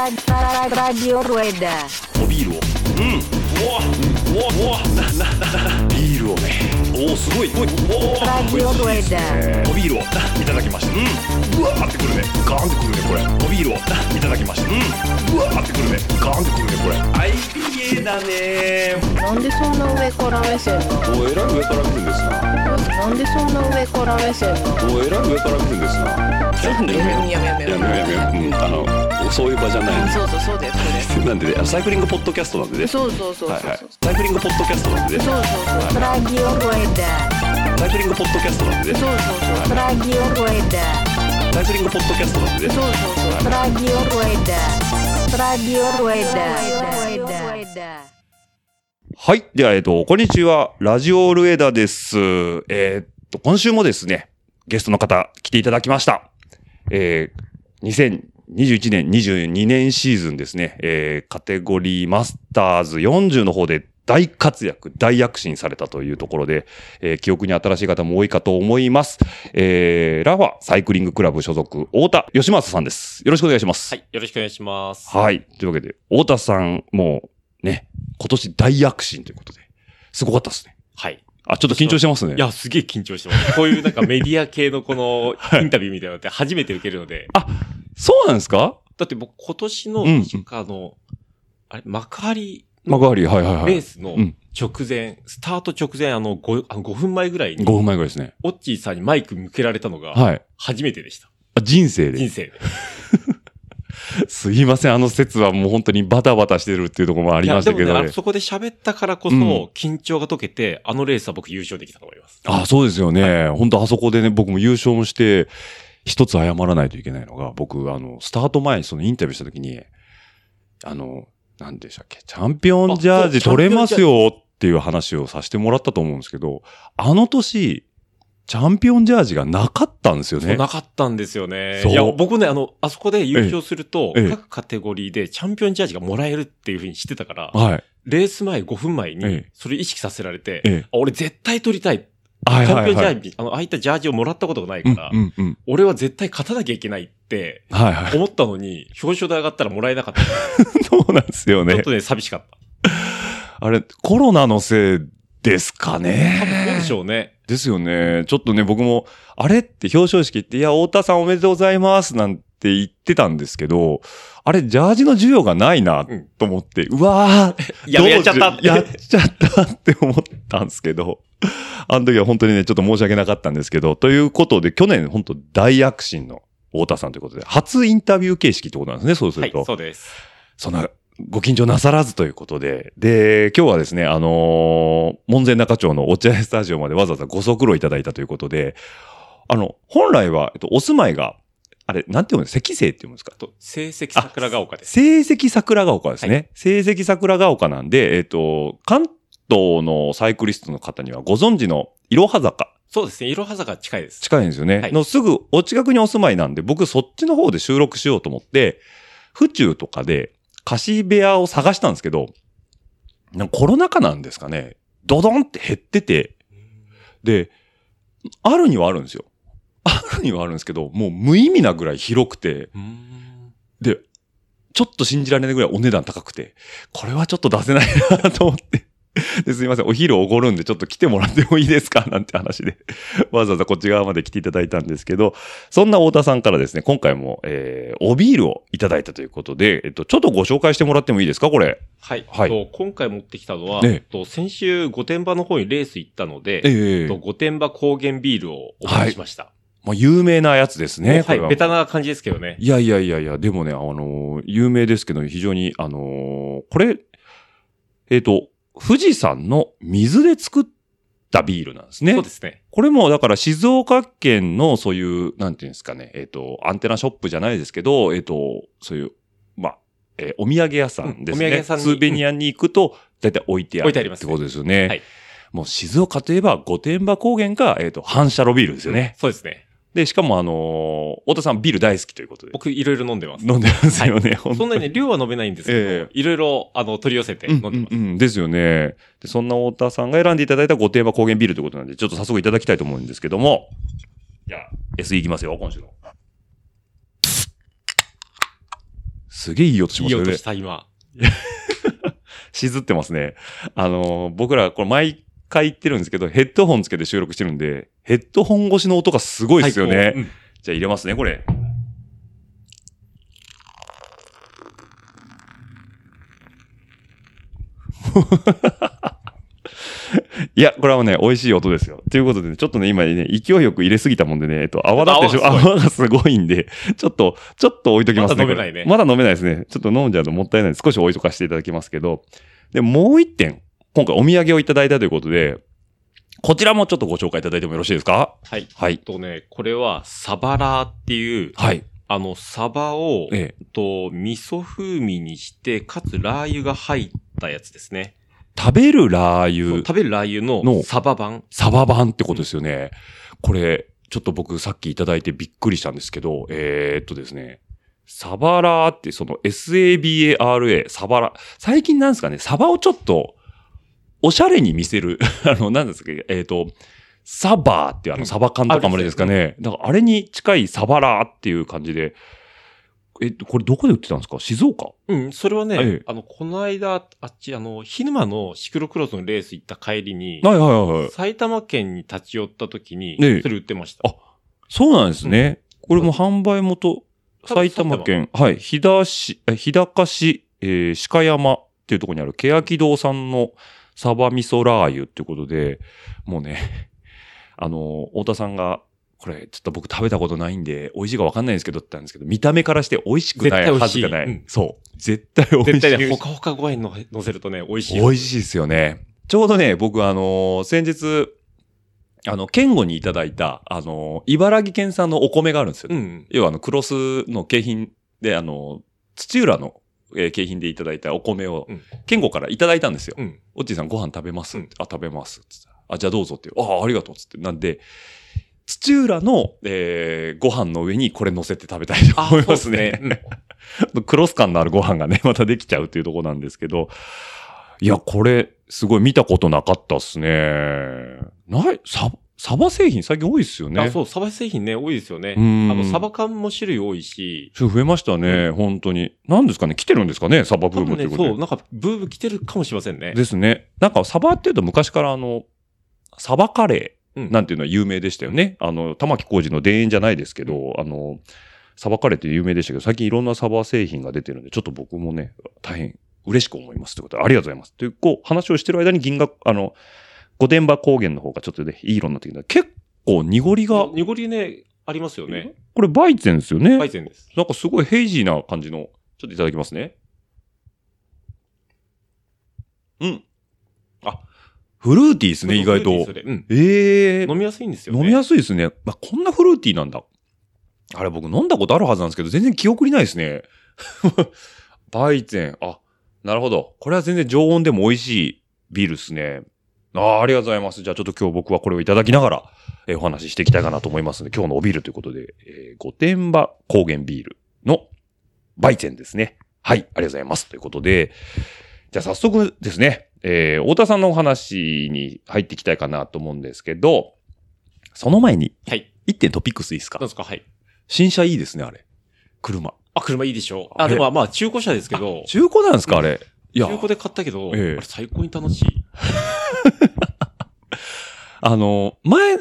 Radio Rueda. おビールをうんうわうわうわななななビールをねおおすごいおいおー Radio Rueda. おビールをないただきましたうんうわーってくるねガーンってくるねこれおビールをないただきましたうんうわーってくるねガーンってくるねこれ IPA だねなんでそんな上から目線なのおえらい上から来るんですななんでそんな上から目線なのおえらい上から来るんですなちょっとねやめようやめようやめようやめよううんあのそういう場じゃないですそうそうそうですそうですなんでねサイクリングポッドキャストなんでねそうそうそうそうはいそうはいサイクリングポッドキャストなんでねそうそうそう Radio Rueda. サイクリングポッドキャストなんでねそうそう Radio Rueda. サイクリングポッドキャストなんでねそうそうそうそう Radio Rueda. Radio Rueda. Radio Rueda. はい。では、えっと、こんにちは。ラジオルエダです。えーっと、今週もですね、ゲストの方来ていただきました。えー、2021年、22年シーズンですね、えー、カテゴリーマスターズ40の方で大活躍、大躍進されたというところで、えー記憶に新しい方も多いかと思います。えー、ラファサイクリングクラブ所属、太田義正さんです。よろしくお願いします。はい、よろしくお願いします。はい。というわけで、太田さん、もう、ね、今年大躍進ということで、すごかったですね。はい。あ、ちょっと緊張してますね。いや、すげえ緊張してます。こういうなんかメディア系のこのインタビューみたいなのって初めて受けるので。そうなんですかだって僕今年の、うんあの、あれ、幕張マガーリー、はいはいはレーい。スのうん直前、スタート直前、あの、5, あの5分前ぐらい5に、分前ぐらいですね。オッチーさんにマイク向けられたのが、はい。初めてでした。あ人生人で。生で。すいません、あの説はもう本当にバタバタしてるっていうところもあありましたけど、でもね、あそこで喋ったからこそ、うん緊張が解けて、あのレースは僕優勝できたと思います。あ、そうですよね。本当あそこでね、僕も優勝もして、一つ謝らないといけないのが、僕、あの、スタート前にそのインタビューした時に、あの、なんでしたっけ、チャンピオンジャージあそう取れますよっていう話をさせてもらったと思うんですけど、あの年、チャンピオンジャージがなかったんですよそうね。なかったんですよね。そういや、僕ね、あの、あそこで優勝すると、ええええ各カテゴリーでチャンピオンジャージがもらえるっていうふうにしてたから、はい。レース前5分前えにえ、それ意識させられて、ええ。あ俺絶対取りたい。チはいャンはピオいンジはい。ャージ、あの、ああいったジャージをもらったことがないうんから、うんうん。俺は絶対勝たなきゃいけないってはいはい。 思った のに、表彰で上がったらもらえなかった。ちそうなんですよょっねと。ね、寂しかった。あれ、コロナのせいですかね。多分そうでしょうね。ですよね。ちょっとね、僕も、あれって表彰式って、いや、太田さんおめでとうございますなんて言ってたんですけど、あれ、ジャージの需要がないな、うんと思って、うわー、やべ、やっちゃったどうやっちゃったって思ったんですけど、あの時は本当にね、ちょっと申し訳なかったんですけど、ということで、去年本当大躍進の太田さんということで、初インタビュー形式ってことなんですね、そうすはるいと。、そうです。そんな、ご緊張なさらずということで、で、今日はですね、あのー門前仲町の落合スタジオまでわざわざご足労いただいたということで、あの、本来は、えっと、お住まいが、あれ、なんて読むの赤星って読むんですかと、成績桜ヶ丘です。成績桜ヶ丘ですね。成績桜ヶ丘なんで、えっと、関東のサイクリストの方にはご存知のいろは坂そうですね、いろは坂近いです。近いんですよね。はいのすぐお近くにお住まいなんで、僕そっちの方で収録しようと思って、府中とかで貸し部屋を探したんですけど、なんかコロナ禍なんですかね、ドドンって減ってて、で、あるにはあるんですよ。あるにはあるんですけど、もう無意味なぐらい広くて、うーんで、ちょっと信じられないぐらいお値段高くて、これはちょっと出せないなと思って。 ですいません、お昼おごるんでちょっと来てもらってもいいですかなんて話で、 わざわざこっち側まで来ていただいたんですけど、そんな太田さんからですね、今回も、えー、おビールをいただいたということで、えっと、ちょっとご紹介してもらってもいいですかこれ。はい。はいと今回持ってきたのは、ねえっと先週御殿場の方にレース行ったので、えええっと御殿場高原ビールをお持ちしました。まあ、有名なやつですね。こはれい、はベタな感じですけどね。いやいやいやいや、でもね、あのー有名ですけど、非常に、あのーこれ、えっ、と、富士山の水で作ったビールなんですね。そうですね。これも、だから静岡県のそういう、なんていうんですかね、えっ、と、アンテナショップじゃないですけど、えっ、と、そういう、まあ、えーお土産屋さんですね。うんお土産屋さんにスーベニアに行くと、だいたい置いてある。置いてありますってことですよね。はいもう静岡といえば、御殿場高原か、えっ、と、反射炉ビールですよね。そうですね。で、しかもあのー太田さんビール大好きということで。僕いろいろ飲んでます。飲んでますよね、本当そんなにね、量は飲めないんですけど、えいろいろ、あの、取り寄せて飲んでます。うんうんうんですよね。で、そんな太田さんが選んでいただいた御殿場高原ビールということなんで、ちょっと早速いただきたいと思うんですけども。じゃあ、SE いきますよ、今週の。すげえいい音しいまいすよ音ねし。た、今。沈ってますね。あのー僕ら、これ毎回言ってるんですけど、ヘッドホンつけて収録してるんで、ヘッドホン越しの音がすごいですよね。最高うんじゃあ入れますね、これ。 いや、これはね、美味しい音ですよ。ということでね、ちょっとね、今ね、勢いよく入れすぎたもんでね、えっと、泡立ってしょ、ち泡がすごいんで、ちょっと、ちょっと置いときますね。まだ飲めないねこれまだ飲めないですね。ちょっと飲んじゃうともったいないんで、少し置いとかしていただきますけど。で、もう一点、今回お土産をいただいたということで、こちらもちょっとご紹介いただいてもよろしいですかはい。はいえっ。とね、これは、サバラーっていう、はい。あの、サバを、ええ。と、味噌風味にして、かつラー油が入ったやつですね。食べるラー油、食べるラー油ののサバ版。サバ版ってことですよね。これ、ちょっと僕さっきいただいてびっくりしたんですけど、えー、っとですね。サバラーってその SABARA、サバラ。最近なんですかね、サバをちょっと、おしゃれに見せる。 あの、なんですか、えー、っと、サバーっていうあうの、んサバ缶とかもあれですかね。だからあれに近いサバラーっていう感じで。えっと、これどこで売ってたんですか静岡うん、それはね、ええあの、この間、あっち、あの、ヒ沼のシクロクロスのレース行った帰りに、はいはいはいはい。埼玉県に立ち寄った時に、ええそれ売ってました。あそうなんですね。これも販売元、多分埼玉県、はい、日田市、え日高市、えー鹿山っていうところにある、欅堂さんのサバ味噌ラー油っていうことで、もうね、 あの、太田さんが、これ、ちょっと僕食べたことないんで、美味しいかわかんないんですけどって言ったんですけど、見た目からして美味しくない絶対美味はずしいがない。うんそう。絶対美味しい。絶対ね、ほかほかご飯にの乗せるとね、美味しいよ。美味しいですよね。ちょうどね、僕あのー先日、あの、県後にいただいた、あのー茨城県産のお米があるんですよ、うんうん。要はあの、クロスの景品で、あのー土浦の、えー景品でいただいたお米を、うん県後からいただいたんですよ。うん。おっちーさんご飯食べます、うんあ、食べます。つったらあ、じゃあどうぞって。ああ、ありがとう。つって。なんで、土浦の、えーご飯の上にこれ乗せて食べたいと思いますね。そうですね クロス感のあるご飯がね、またできちゃうっていうところなんですけど、いや、これ、すごい見たことなかったっすね。ない、サ、サバ製品最近多いっすようんね。あそう、サバ製品ね、多いですよね。うーんあの、サバ缶も種類多いし、ちょっと増えましたね、本当に。何ですかね来てるんですかねサバブ多ーム分ってね、ことでそう、。なんか、ブーム来てるかもしれませんね。ですね。なんか、サバっていうと昔からあの、サバカレうーんなんていうのは有名でしたよね。あの、玉置浩二の田園じゃないですけど、あの、サバカレーって有名でしたけど、最近いろんなサバ製品が出てるんで、ちょっと僕もね、大変嬉しく思いますということで、ありがとうございます。という、こう、話をしてる間に銀河、あの、御殿場高原の方がちょっとね、いい色になってきた。結構濁りが、濁りね、ありますよね。これバイゼンですよね。バイゼンです。なんかすごいヘイジーな感じの、ちょっといただきますね。うん。あ、フルーティーですね、意外フルとーティー。それうん。ええ飲みやすいんですよね。飲みやすいですね。まあ、こんなフルーティーなんだ。あれ僕飲んだことあるはずなんですけど、全然記憶にないですね。 バイゼン。あ、なるほど。これは全然常温でも美味しいビールですね。ああ、ありがとうございます。じゃあちょっと今日僕はこれをいただきながら、えーお話ししていきたいかなと思いますので、今日のおビールということで、えー、御殿場高原ビールのバイゼンですね。はい、ありがとうございます。ということで、じゃあ早速ですね、えー、太田さんのお話に入っていきたいかなと思うんですけど、その前に、はい。 1点トピックスいいですかなんですかはい。新車いいですね、あれ。車。あ、車いいでしょう。ああ、れでもまあ中古車ですけど、中中古なんですか、あれ。いや、古で買ったけど、ええあれ最高に楽しい。あの、前、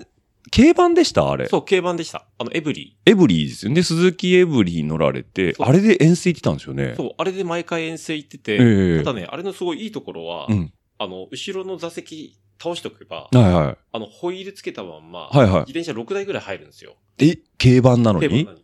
軽バンでしたあれ。そう、軽バンでした。あの、エブリエブリーですよね。鈴木エブリー乗られて、そうあれで遠征行ってたんですよねー。。そう、あれで毎回遠征行ってて、ええただね、あれのすごいいいところは、うんあの、後ろの座席倒しておけば、はいはあの、ホイールつけたまんま、はいはい自転車6台ぐらい入るんですよ。い。え、軽バンなの軽にバン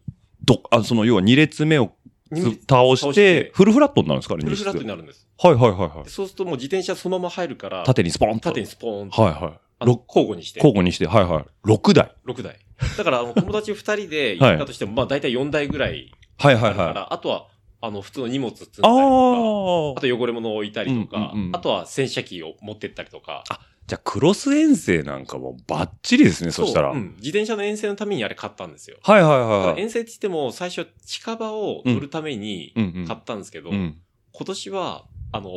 どあ、その、要は2列目をなつのに。倒し倒してて、フルフラットになるんですかあれ、フルフラット二に室なるんです。はいはいはいはでい。そうするともう自転車そのまま入るから、縦にスポンと。縦にスポーンと、はいはあい。のろ交互にして、交互にして、はいはい。6台。 6台。だから、あの友達2人で行ったとしても、まあ大体4台ぐらいはいはあいるから、はい。あとは、あの、普通の荷物積んだりとあか、あー。と汚れ物を置いたりとか、うんうんうんあとは洗車機を持ってったりとか。じゃあ、クロス遠征なんかもバッチリですね、そしたら。ううん自転車の遠征のためにあれ買ったんですよ。はいはいはいはい。遠征って言っても、最初近場を乗るためにうんうん買ったんですけど、うん、今年は、あの、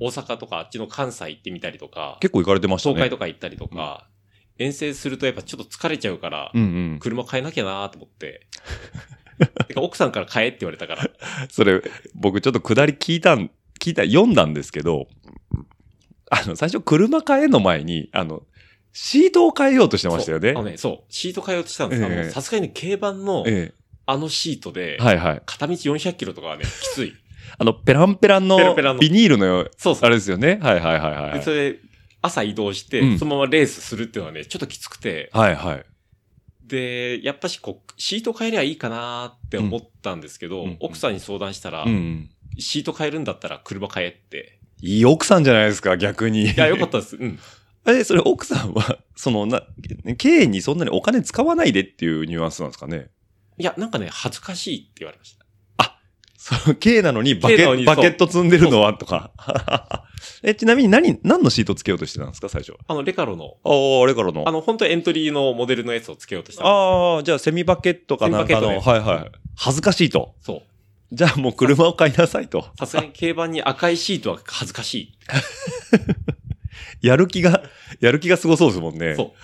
大阪とかあっちの関西行ってみたりとか、結構行かれてましたね。東海とか行ったりとか、遠征するとやっぱちょっと疲れちゃうから、うんうん。 車変えなきゃなーと思って、てか奥さんから買えって言われたから。それ、僕ちょっと下り聞いたん、聞いた、読んだんですけど、あの、最初車変えの前に、あの、シートを変えようとしてましたよねそうあ。のね、そう。シート変えようとしたんですけどええあのさすがにね軽バンのえあのシートでえ。、はいはい。片道400キロとかはね、きつい。あの、ペランペランのペラペラのビニールの、 そうそあう。れですよね。はいはいはいはでいそ。れ、朝移動しうて、んそのままレースするっていうのはね、ちょっときつくて、はいはい。で、やっぱしこう、シート変えりゃいいかなーって思ったんですけど、うんうん奥さんに相談したら、うん。シート変えるんだったら車変 えって。いい奥さんじゃないですか、逆に。いや、よかったです。うん。え、それ奥さんは、 その、な、経営にそんなにお金使わないでっていうニュアンスなんですかねいや、なんかね、恥ずかしいって言われました。その、経営なのにバケ軽なのにバケット積んでるのはとか。 え、ちなみに何、何のシートつけようとしてたんですか、最初。あの、レカロの、ああ、あれからの。あの、本当エントリーのモデルのやつをつけようとした。ああ、じゃあセミバケットかなんかセミの、バケはいはい。恥ずかしいと。そう。じゃあもう車を買いなさいと。さすがに軽バンに赤いシートは恥ずかしやる気が、 やる気がすごそうですもんね。い。そ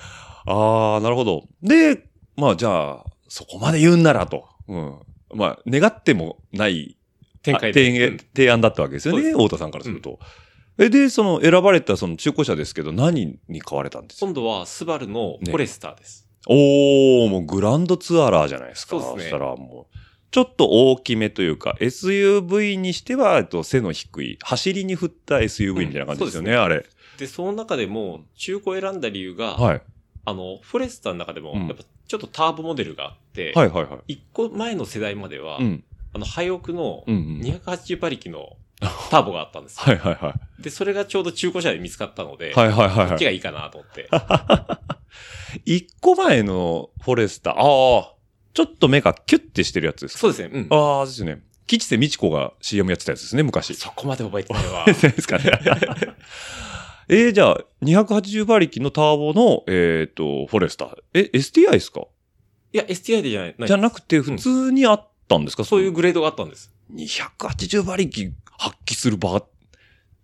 う。ああ、なるほど。で、まあじゃあ、そこまで言うんならと。うん。まあ、願ってもない展開あ提で。う案ん提案だったわけですよそうね、です太田さんからすると。え、で、その選ばれたその中古車ですけど、何に買われたんですか今度は、スバルのフォレスターです。おー、もうグランドツアラーじゃないですか。そうですしねたらもう、ちょっと大きめというか、SUV にしては、えっと、背の低い、走りに振った SUV みたいな感じですよね、うあれ。で、その中でも、中古を選んだ理由が、はい。あの、フォレスターの中でも、うんやっぱちょっとターボモデルがあって、はいはいはい。一個前の世代までは、うん。あの、ハイオクのうん、うん。 280馬力のターボがあったんですよ。 はいはいはで、それがちょうど中古車で見つかったので、い。はいはいはいこはっちい。がいいかなと思って。一個前のフォレスター、ああ、ちょっと目がキュッてしてるやつですか。そうですね。うん。ああ、ですよね。吉瀬美智子が CM やってたやつですね、昔。 そこまで覚えてないわ。ですかね。 えー、じゃあ、280馬力のターボの、えっ、と、フォレスター。え、STI ですかいや、STI でじゃない。じゃなくて、普通にあったんですか、そういうグレードがあったんです。 280馬力発揮する場。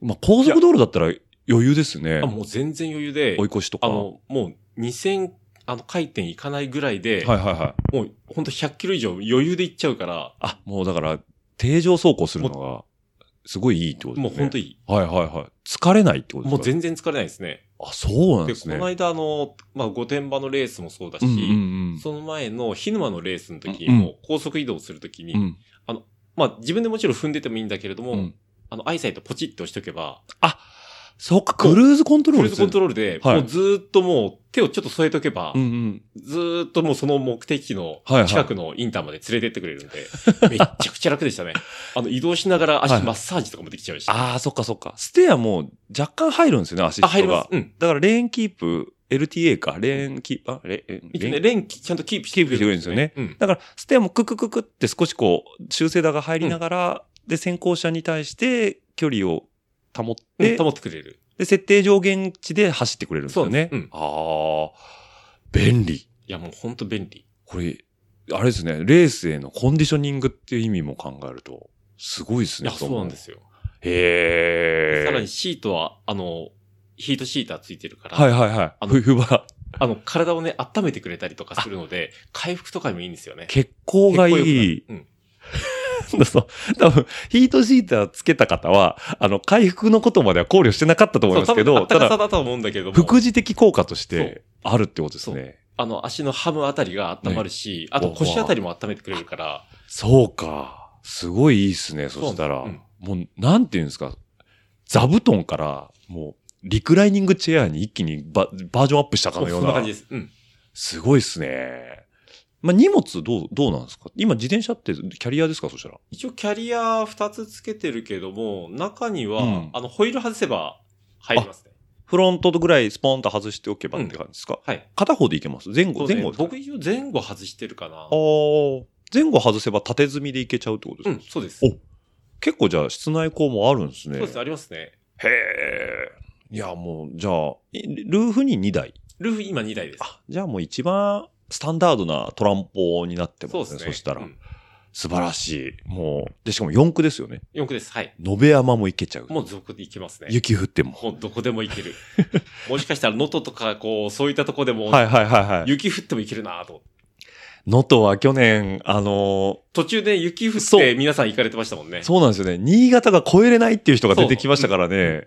まあ、高速道路だったら余裕ですねあ、。もう全然余裕で追い、越しとか。あはの、もう2000、あの、回転いかないぐらいで、いはいはい。もうほんと100キロ以上余裕で行っちゃうから、あ、もうだから、定常走行するのが、すごいいいってことでもうすね。ほんといい。はいはいはい。疲れないってことですもかう全然疲れないですね。あ、そうなんで、ですこね。の間あの、まあ、御殿場のレースもそうだし、うんうんその前の日沼のレースの時にうんもう高速移動する時に、うん。うん。まあ、自分でもちろん踏んでてもいいんだけれども、うんあの、アイサイトポチって押しとけば、そっか、クルーズコントロフールルでーズすコねントロールで、はいもうずーっともう手をちょっと添えとけば、うんうん。ずーっともうその目的地のはいはい近くのインターまで連れてってくれる んで、めっちゃくちゃ楽でしたね。あの、移動しながらはい足マッサージとかもできちゃうし。ああ、そっかそっか。ステアも若干入るんですよね、アシストあが。入ります。うん。だからレーンキープ、LTA か、レーンキープ、あ、レレ一応ね、ーン。レンキちゃんとキープしてくれるんですよね。うん。だから、ステアもククククって少しこう、修正打が入りながら、で、先行車に対して距離を保っで、て、保ってくれる。で、設定上限値で走ってくれるんですよね。そうですうんああ、便利。いや、もうほんと便利。これ、あれですね、レースへのコンディショニングっていう意味も考えると、すごいですいね。や、そうなんで。すよ。へえ。さらにシートは、あの、ヒートシーターついてるから、はいはいはあい。の冬場、あの、体をね、温めてくれたりとかするので、回復とかにもいいんですよね。血行がいい結構良く。なるうん。 そう。多分、ヒートシーターつけた方は、あの、回復のことまでは考慮してなかったと思いますけそうど、多分たあったかさだ、だと思うんだけれども、副次的効果として、あるってことですね。あの、足のハムあたりが温まるし、あと腰あたりも温めてくれるから、そうか。すごいいいっすね、そしたら。そうなんでもう、なんていうんですか。座布団から、もう、リクライニングチェアに一気にババージョンアップしたかそのうよそうんなな感じ。です。うん。すごいっすね。まあ、荷物どう、どうなんですか今、自転車ってキャリアですかそしたら。一応キャリア2つつけてるけども、中には、うんあの、ホイール外せば入りますね。フロントぐらいスポンと外しておけばって感じですか、はい。片方でいけます前そ後、うね前後ですか僕一応前後外してるかなあ。ー前後外せば縦積みでいけちゃうってことですうか、ん、そうです。おそ結構じゃあ室内校もあるんですね。うです、ありますね。へえ。いや、もう、じゃあ、いルーフに2台。ルーフ今2台です。あ、じゃあもう一番スタンダードなトランポになってますそね。うそですね。したら、うん素晴らしい。もう、で、しかも4区ですよね。四駆です。はい。延山も行けちゃう。もう続で行けますね。雪降っても。もうどこでも行 ける。もしかしたら能登とか、こう、そういったとこでも、はいはいはいはい。雪降っても行けるなぁと。能登は去年、あの途中で雪降っそてう皆さん行かれてましたもんねー。そうなんですよね。新潟が超えれないっていう人が出てきましたからね。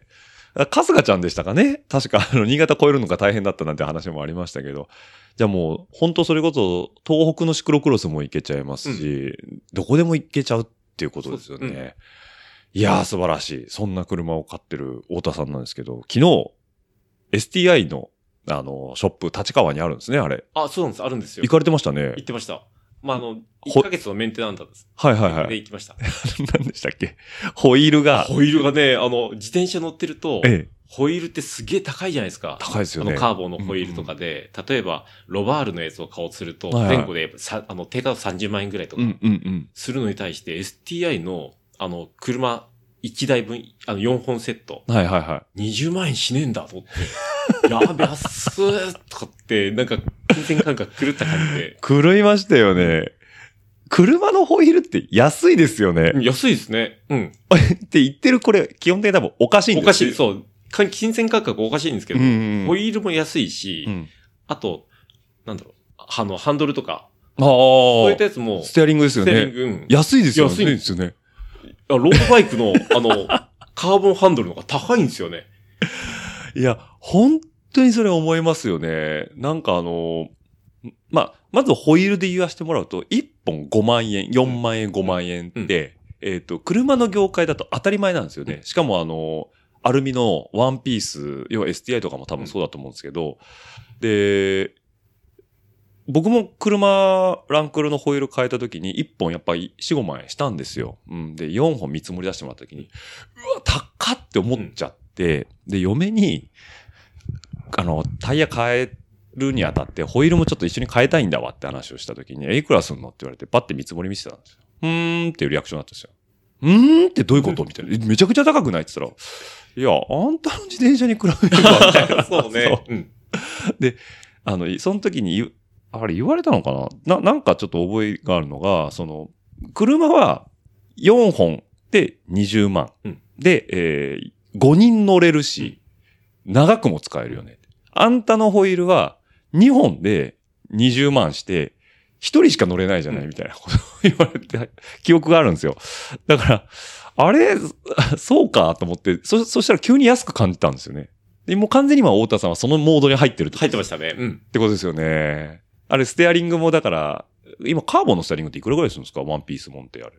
春日ちゃんでしたかね。確か、あの、新潟超えるのが大変だったなんて話もありましたけど。じゃあもう、本当それこそ、東北のシクロクロスも行けちゃいますし、どこでも行けちゃうっていうことですよね。そううんいやー、素晴らしい。そんな車を買ってる太田さんなんですけど、昨日、STI の、あの、ショップ、立川にあるんですね、あれ。あ、そうなんです。あるんですよ。行かれてましたね行。ってました。まあ、あの、ほ1ヶ月のメンテナンスだったんです。はいはいはでい。行きました。 何でしたっけホイールが、ホイールがね、あの、自転車乗ってると、ええ、ホイールってすげえ高いじゃないですか。高いですよあね。のカーボンのホイールとかで、例えば、ロバールのやつを買おうとすると、はいはい前後でさ、あの、定価30万円ぐらいとかう、んうんうん。するのに対して、STI の、あの、車1台分、あの、4本セット、はいはいは20万円しねえんだと思って、 やべ、安っとかって、なんか、金銭感覚狂った感じでい。、狂いましたよね。車のホイールって安いですよね。うん安いですね。うん。って言ってるこれ、基本的に多分おかしいんおですかしい。い。そう。か金銭感覚おかしいんですけうど、んうんうホん。イールも安いし、うんあと、なんだろう、あの、ハンドルとか、あそういったあ。やつも、ステアリングですよステアリね。ング、うん安いですよね。安いですよね。あロードバイクの、あの、カーボンハンドルの方が高いんですよね。いや、本当にそれ思いますよね。なんかあの、まあ、まずホイールで言わせてもらうと、1本5万円、4万円、5万円って、えっ、と、車の業界だと当たり前なんですよね。しかもあの、アルミのワンピース、要は STI とかも多分そうだと思うんですけど、で、僕も車、ランクルのホイール変えた時に、1本やっぱり4、5万円したんですよ。うん。で、4本見積もり出してもらった時に、うわ、高っって思っちゃって、で、嫁に、あの、タイヤ変えるにあたって、ホイールもちょっと一緒に変えたいんだわって話をした時に、え、いくらすんのって言われて、パッて見積もり見せてたんですよ。うーんっていうリアクションだったんですよ。うーんってどういうことみたいな。えめちゃくちゃ高くないって言ったら、いや、あんたの自転車に比べれば、みたいな そうね。うん。あの、いその時に言う、あれ言われたのかなな、なんかちょっと覚えがあるのが、その、車は4本で20万。うんで、えー5人乗れるし、長くも使えるよね。あんたのホイールは2本で20万して、1人しか乗れないじゃないみたいなこと を言われて、記憶があるんですよ。だから、あれ、そうかと思って、そ、そしたら急に安く感じたんですよね。で、もう完全に今、太田さんはそのモードに入ってるってこと入ってましたね。うん。ってことですよね。あれ、ステアリングもだから、今カーボンのステアリングっていくらぐらいするんですかワンピースもんってあれ。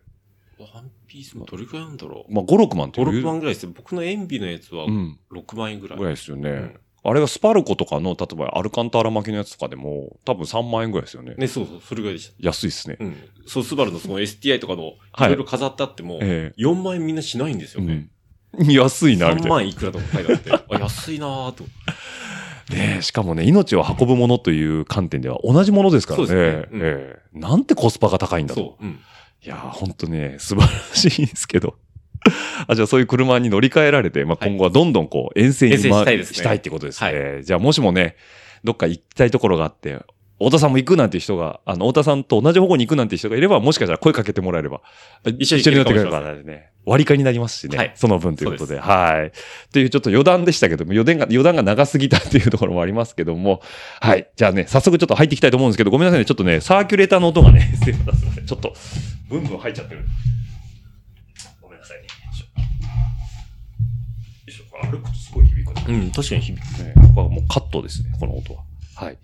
ワンピースもどれくらいなんだろう。まあ、5、6万って5、いう。 6万ぐらいですね。僕のエンビのやつはうん。 6万円ぐらい。ぐらいですよね。うんあれがスパルコとかの、例えばアルカンターラ巻きのやつとかでも、多分3万円ぐらいですよね。ね、そうそう、それぐらいでし安いっすね。た。うん。そう、スバルのその STI とかの、はいいろいろ飾ってあっても、え4万円みんなしないんですえよね。うん安いな、みた3いな。万いくらとか書いてあ って、あ、安いなーと。ねえしかもね、命を運ぶものという観点では同じものですからね。そうですねうんええなんてコスパが高いんだと。そう。うん。いやー、ほんとね、素晴らしいんですけど。あ、じゃあそういう車に乗り換えられて、まあ、はい今後はどんどんこう、遠征に、遠征ましたいですねしたいってことですね。じゃあもしもね、どっか行きたいところがあって、太田さんも行くなんて人が、あの、太田さんと同じ方向に行くなんて人がいれば、もしかしたら声かけてもらえれば、一緒に乗ってくれ行けるかもしれまばね、割り勘になりますしね、はいその分ということで、そうではい。というちょっと余談でしたけども、余談が、余談が長すぎたっていうところもありますけども、はい。じゃあね、早速ちょっと入っていきたいと思うんですけど、ごめんなさいね、ちょっとね、サーキュレーターの音がね、 すいませんちょっと、ブンブン入っちゃってる。ごめんなさいね。よいしょよいしょ歩くとすごい響くね。うん、確かに響く。ねここはもうカットですね、この音は。はい。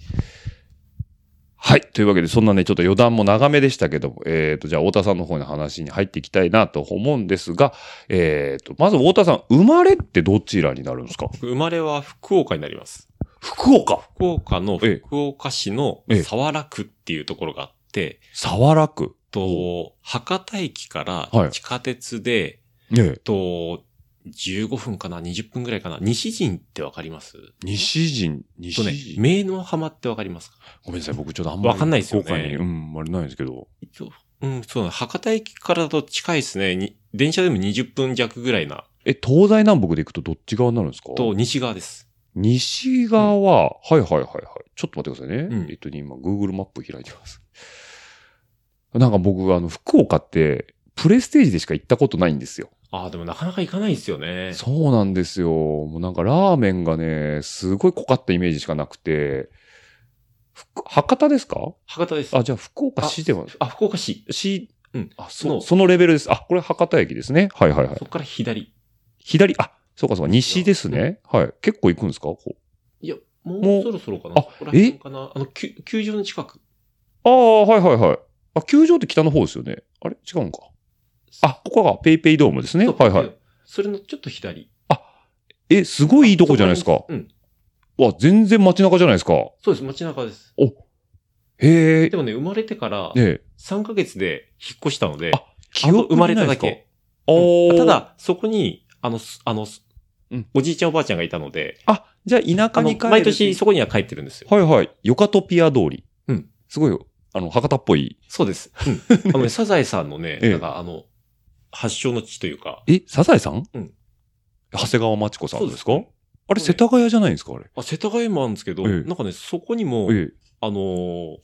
はい。というわけで、そんなね、ちょっと余談も長めでしたけども、えっ、と、じゃあ、太田さんの方の話に入っていきたいなと思うんですが、えっ、と、まず太田さん、生まれってどちらになるんですか生まれは福岡になります。福岡福岡のええ福岡市のええ沢楽区っていうところがあって、沢楽。と、博多駅かはいら地下鉄で、ねえと、15分かな ?20 分くらいかな西陣ってわかります西陣、西とね、陣。名能浜ってわかりますかごめんなさい、僕ちょっとあんまり。わかんないですよね福岡に、うん、あれないですけど。一応うん、そうなの博多駅からだと近いですね。に電車でも20分弱ぐらいな、え、東西南北で行くとどっち側になるんですかと、西側です。西側は、はいはいはいはい。ちょっと待ってくださいね。うんえっとね、今、Google マップ開いてます。なんか僕、あの、福岡って、プレステージでしか行ったことないんですよ。ああ、でもなかなか行かないですよね。そうなんですよ。もうなんかラーメンがね、すごい濃かったイメージしかなくて、ふく博多ですか博多です。あ、じゃあ福岡市では、あ、福岡市。市、うん。あ、のそ、そのレベルです。あ、これ博多駅ですね。はいはいはい。そこから左。左、あ、そうかそうか、西ですね。はい。結構行くんですかこういや、ももううそろそろかな。あそこら辺かな。あの、きゅ球場の近く。ああ、はいはいはい。あ、球場って北の方ですよね。あれ違うんか。あ、ここがペイペイドームですね。そうはいはい。。それのちょっと左。え、すごいいいとこじゃないですか。うん。わ、全然街中じゃないですか。そうです、街中です。へえ。でもね、生まれてからねえ。 3ヶ月で引っ越したので、ああの生まれた記憶にないでだすかけ。。おうんーた、だ、そこに、あの、すあの、すうんおじいちゃんおばあちゃんがいたので、あ、じゃあ田あ舎のに帰る。毎年そこには帰ってるんですよ。はいはい。ヨカトピア通り。うん。すごいよ。あの、博多っぽい。そうです。うんあ のね、サザエさんのね、ええなんかあの、発祥の地というか、え、サザエさんうん。長谷川町子さんですかそうですあれ、そう世田谷じゃないんですかあれ。あ、世田谷もあるんですけど、ええなんかね、そこにも、えあのー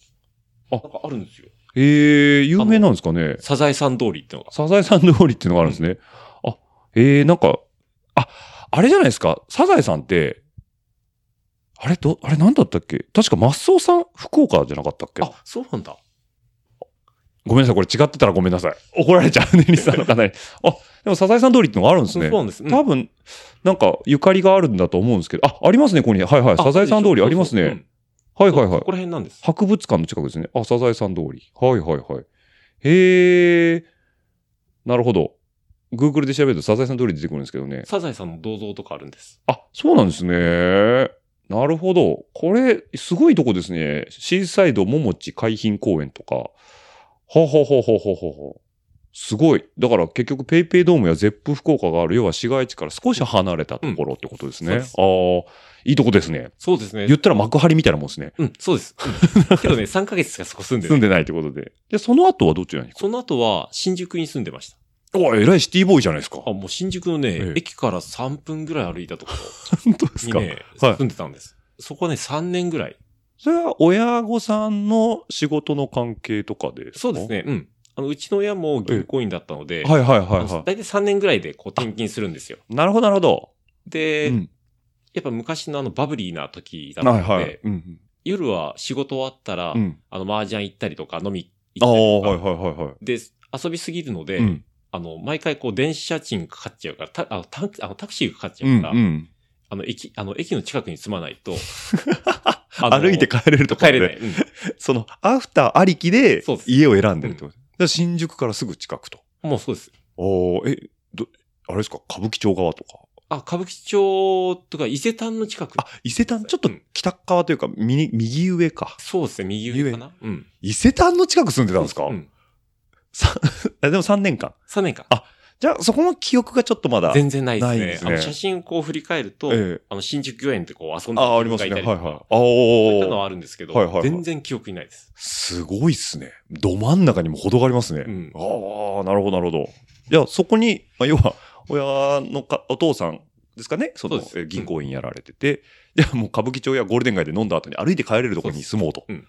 あなんかあるんですよ。え。ええ、有名なんですかねサザエさん通りってのが。サザエさん通りっていうのがあるんですね。あ、ええなんか、あ、あれじゃないですか。サザエさんって、あれ、ど、あれなんだったっけ確かマスオさん、福岡じゃなかったっけあ、そうなんだ。ごめんなさい。これ違ってたらごめんなさい。怒られち ゃうね、リスさんの方に。あ、でもサザエさん通りっていうのがあるんですそうね。なんです。うん多分、なんか、ゆかりがあるんだと思うんですけど、あ、ありますね、ここに。はいはい。あサザエさん通りありますそうそうね。はいそううはいんはそこい。ら辺なんです。博物館の近くですね。あ、サザエさん通り。はいはいはい。へえ。なるほど。Google で調べるとサザエさん通り出てくるんですけどね。サザエさんの銅像とかあるんです。あ、そうなんですね。なるほど。これ、すごいとこですね。シーサイド桃地海浜公園とか。ほうほうほうほうほうほうほう。すごい。だから結局、ペイペイドームやゼップ福岡がある、要は市街地から少し離れたところってことですね。うんうあんあ、いいとこですね。そうですね言。ったら幕張みたいなもんですね。うん、そうです。 けどね、3ヶ月しかそこ住んで住ないんでないってことで。で、その後はどっちなんですかその後は新宿に住んでました。おい、偉いシティボーイじゃないですか。あ、もう新宿のね、ええ駅から3分ぐらい歩いた とこ本当でろにね、はい住んでたんです。そこはね、3年ぐらい。それは親御さんの仕事の関係とかですかそうです。ね。うん。あの、うちの親も銀行員だったので、はいはいはいあのは大体3年ぐらいでこう転勤するんですよ。い。なるほどなるほど。で、うんやっぱ昔のあのバブリーな時だったのはいで、はい。うん夜は仕事終わったら、うん。あの、麻雀行ったりとか飲みあ行ったあ、りとはいか、はいはいはい。で、遊びすぎるので、うん。あの、毎回こう電車賃かかっちゃうから、たあのタンあのタクシーがかかっちゃう。うんから、うん。あの、駅、あの、駅の近くに住まない と、あの歩いて帰れるところ帰でれない。うんその、アフターありきでそうで、す家を選んでるってことだから新宿からすぐ近くと。もうそうです。おおえ、ど、あれですか歌舞伎町側とか。あ、歌舞伎町とか伊勢丹の近く。あ、伊勢丹、ちょっと北側というか、右、右上か。そうですね、右上かな。うん。伊勢丹の近く住んでたんですかうん。さあでも3年間。 3年間。あじゃあ、そこの記憶がちょっとまだ。全然ないですないね。ですあねの、写真をこう振り返ると、ええあの、新宿御苑でこう遊んであ、ありますね。人がはいいたはりいとか。そういったのあはあ。あるんですけど、はいはいはい全然記憶にないです。すごいっすね。ど真ん中にも程がありますね。うんああ、なるほど、なるほど。じゃあ、そこに、まあ、要は、親のか、お父さんですかね、その、そうですえー銀行員やられてて、じゃあもう歌舞伎町やゴールデン街で飲んだ後に歩いて帰れるところに住もうと。そうです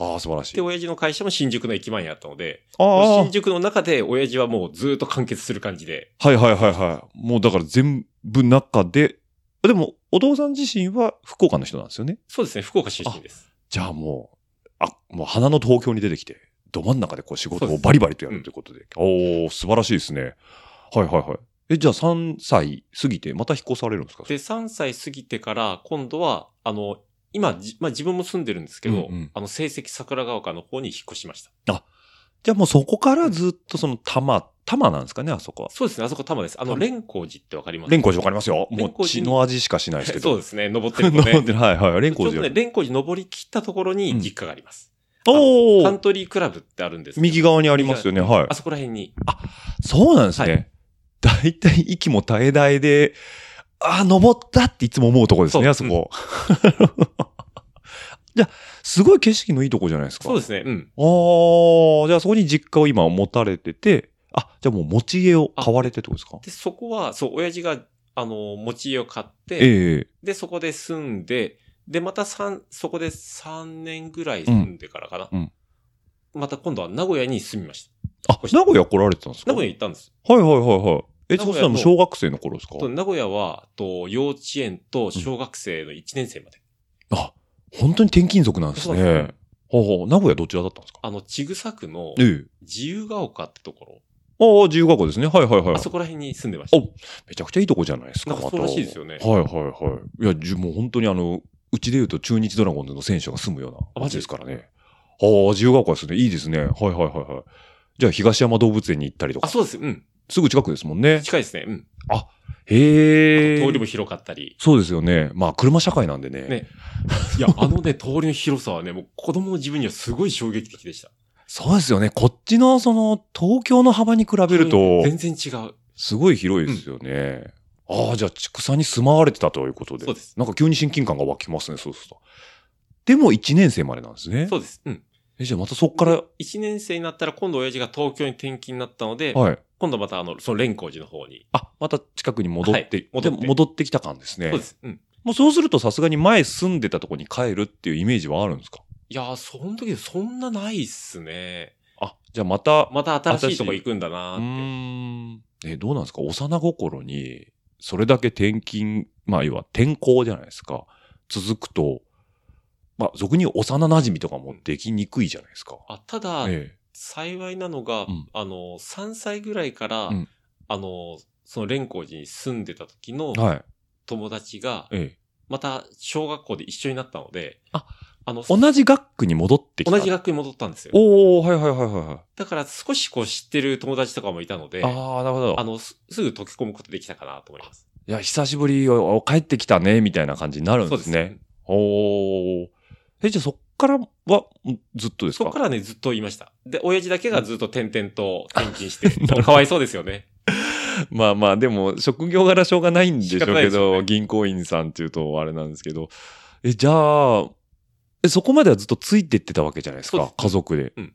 ああ、素晴らしい。で、親父の会社も新宿の駅前にあったので、ああ、新宿の中で親父はもうずっと完結する感じで、はいはいはいはい。もうだから全部中で、でも、お父さん自身は福岡の人なんですよね。そうですね、福岡出身です。じゃあもう、あ、もう花の東京に出てきて、ど真ん中でこう仕事そうをですバリバリとやるということで。おー、素晴らしいですね。はいはいはい。え、じゃあ3歳過ぎてまた引っ越されるんですかで、3歳過ぎてから、今度は、あの、今、じまあ、自分も住んでるんですけど、うんうんあの、成績桜ヶ丘の方に引っ越しました。じゃあもうそこからずっとその多摩、多摩なんですかね、あそこは。そうですね、あそこ玉です。あの、蓮光寺ってわかります蓮光寺わかりますよ。蓮もう光血寺にの味しかしないですけど。 そうでですね、登ってする のね。ちはいはい。蓮ょ光っ寺とね、。蓮光寺登り切ったところに実家があります。おカンートリークラブってあるんですけど右側にありますよね、はいあ。そこら辺に。そうなんですね。は大体息も絶え絶えで、ああ、登ったっていつも思うとこですね、あそそうこ。 じゃあ、すごい景色のいいとこじゃないですか。そうですね、うん。ああ、じゃあそこに実家を今持たれてて、あ、じゃあもう持ち家を買われてってことですかで、そこは、そう、親父が、あの、持ち家を買って、ええで、そこで住んで、で、また三、そこで3年ぐらい住んでからかな。うんまた今度は名古屋に住みましあ、名古屋来られてたんですた。か名古屋行ったんです。はいはいはいはい。え、名そ古屋のしたらもう小学生の頃ですかと名古屋は、と、幼稚園と小学生の1年生まで。あ、本当に転勤族なんですそうね。ほうほう。名古屋どちらだったんですかあの、ちぐさ区のええ。自由が丘ってところ、ああ、自由学校ですね。はいはいはいあ。そこら辺に住んでました。おめちゃくちゃいいとこじゃないですか。なんかそうらしいですよねまたはいはいはい。いや、じゅもう本当にあの、うちで言うと中日ドラゴンズの選手が住むようなあマ街ジですからね。ああ、自由が丘ですね。いいですね。はいはいはいはい。じゃあ東山動物園に行ったりとあ、か。そうです。うん。すぐ近くですもんね。近いですね。うん。へえ。通りも広かったり。そうですよね。まあ、車社会なんでね。ねいや、あのね、通りの広さはね、もう子供の自分にはすごい衝撃的でした。そうですよね。こっちの、その、東京の幅に比べると、全然違う。すごい広いですよね。ああ、じゃあ、畜産に住まわれてたということで。そうです。なんか急に親近感が湧きますね、そうすると。でも、1年生までなんですね。そうです。うん。え、じゃあまたそっから、 1年生になったら、今度親父が東京に転勤になったので、はい。今度またあの、その蓮光寺の方に。あ、また近くに戻って、はい戻ってで戻ってきた感ですね。そうです。うん。もうそうするとさすがに前住んでたとこに帰るっていうイメージはあるんですかいやー、その時そんなないっすね。あ、じゃあまた、また新しいとこ行くんだなうーって。ーん。え、どうなんですか幼心に、それだけ転勤、まあ要は転校じゃないですか。続くと、まあ俗に言う幼馴染とかもできにくいじゃないですか。あただ、え幸いなのが、うんあの、3歳ぐらいから、うんあの、その蓮光寺に住んでた時のえ。はい。友達が、ええ。また小学校で一緒になったので、あ、あの、同じ学区に戻ってきた。同じ学区に戻ったんですよ。おー、はいはいはいはいはい。だから少しこう知ってる友達とかもいたので、あああ、なるほど。の、すすぐ溶け込むことできたかなと思います。いや、久しぶりよ、帰ってきたね、みたいな感じになるんでそうですすねね。。おー。え、じゃあそっからは、んずっとですそかこからね、ずっと言いました。で、親父だけがずっと転々と転勤して、 なるほどかわいそうですよね。 まあまあ、でも、職業柄しょうがないんでしょう仕方ないけですよど、銀行員さんっていうとあれなんですけど。え、じゃあ、え、そこまではずっとついてってたわけじゃないですそうかで、す家族で。うん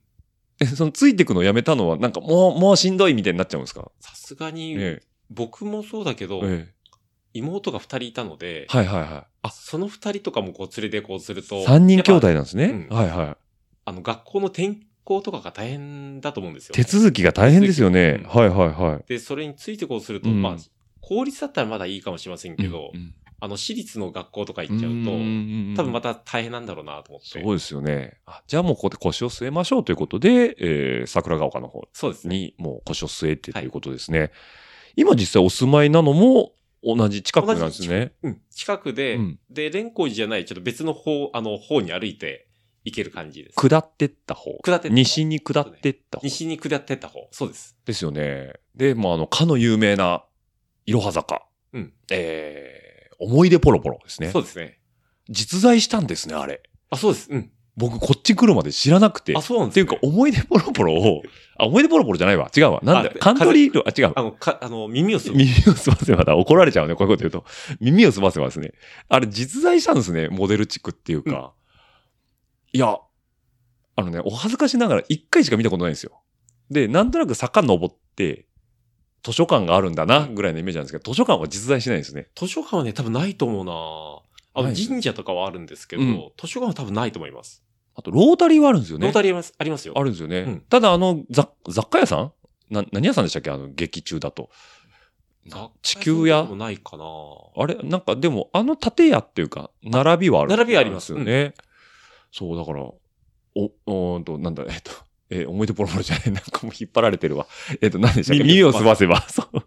え、そのついてくのやめたのは、なんかもう、もうしんどいみたいになっちゃうんですかさすがに、え僕もそうだけどえ、、え妹が二人いたのでえ。、はいはいはい。あ、その二人とかもこう連れてこうすると、三人兄弟やっぱなんですね。うんはいはい。あの、学校の転校とかが大変だと思うんですよ。手続きが大変ですよね。手続きはいはいはい。で、それについてこうすると、うんまあ、公立だったらまだいいかもしれませんけど、うんうんあの、私立の学校とか行っちゃうと、ん多分また大変なんだろうなと思って。そうですよね。あじゃあもうここで腰を据えましょうということで、えー桜ヶ丘の方そうですね。にもう腰を据えてということですね。今実際お住まいなのも同じ近くなんですね。うん。近くで、うんで、蓮光寺じゃない、ちょっと別の方、あの、方に歩いて行ける感じです。下ってった方。下ってった方西に下ってった方。西に下ってった方。そうです。ですよね。で、もうあの、かの有名な、いろは坂。うんえー、思い出ポロポロですねそ。うですね。実在したんですね、あれ。あ、そうです。うん。僕、こっち来るまで知らなくて。あ、そうなんっでていす、ね、うか、思い出ポロポロを、あ、思い出ポロポロじゃないわ。違うわ。なんだあカントリーロ、あ、違うあ。の、か、あの、耳をする。耳をすませばだ。怒られちゃうね。こういうこと言うと。耳をすませばですね。あれ、実在したんですね。モデル地区っていうか。いや、あのね、お恥ずかしながら一回しか見たことないんですよ。で、なんとなく坂登って、図書館があるんだな、ぐらいのイメージなんですけど、図書館は実在しないんですね。図書館はね、多分ないと思うなあないの、です神社とかはあるんですけど、うん図書館は多分ないと思います。あと、ロータリーはあるんですよね。ロータリーあります、ありますよ。あるんですよね。うんただ、あの、雑雑貨屋さんな、何屋さんでしたっけあの、劇中だと。雑貨地球屋そういうのもないかなあれなんかでも、あの建屋っていうか、並びはある。並びはありますよね。そう、だから、お、おーんと、なんだ、えっと、えー思い出ポロポロじゃない、なんかもう引っ張られてるわ。えっと、何でしたっけ耳耳ををすすまませば。そう。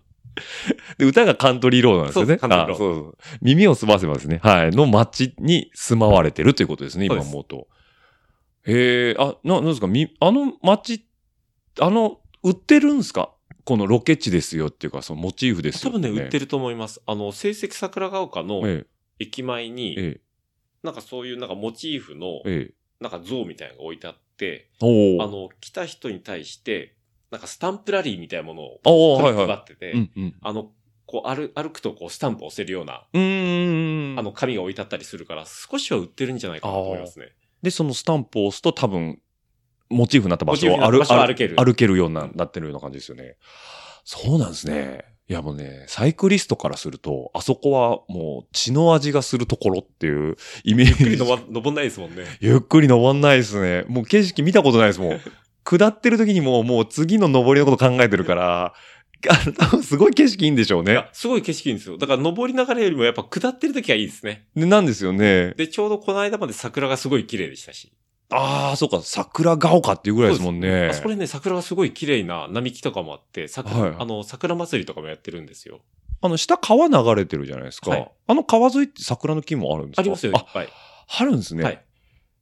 で、歌がカントリーロードなんですよね。そうですカントリーロードあそうそう耳をすませばですね。はい。の街に住まわれてるということですね、今そうです思うと。へえ、あ、な、なんですか、み、あの街、あの、売ってるんですかこのロケ地ですよっていうか、そのモチーフです多よ分ね、売ってる。ると思います。あの、成績桜ヶ丘のえ駅前に、え、ええ、なんかそういうなんかモチーフの、ええ。なんか像みたいなのが置いてあって、おお。あの、来た人に対して、なんかスタンプラリーみたいなものをおーはい配はってて、い。うんうん。あの、こう歩歩くとこうスタンプを押せるような、うーん。あの、紙が置いてあったりするから、少しは売ってるんじゃないかなと思いますね。で、そのスタンプを押すと多分、モチーフになった場所をモチーフになった場所歩を歩ける歩けるような、なってるような感じですよね。そうなんですね。いやもうね、サイクリストからすると、あそこはもう血の味がするところっていうイメー ゆっくりジ。のわ登んないですもんね。ゆっくり登んないですね。もう 景色見たことないですもん。下ってる時にもう、もう次の登りのこと考えてるから、あの多分すごい景色いいんでしょうね。すごい景色いいんですよ。だから登りながらよりもやっぱ下ってる時はいいですね。で、なんですよね。で、ちょうどこの間まで桜がすごい綺麗でしたし。ああ、そうか、桜ヶ丘っていうぐらいですもんね。あそこでね、桜がすごい綺麗な並木とかもあって、桜、はいあの、桜祭りとかもやってるんですよ。あの、下川流れてるじゃないですか。はいあの川沿いって桜の木もあるんですかありますよ、いっあ、ぱい。あるんですね。はい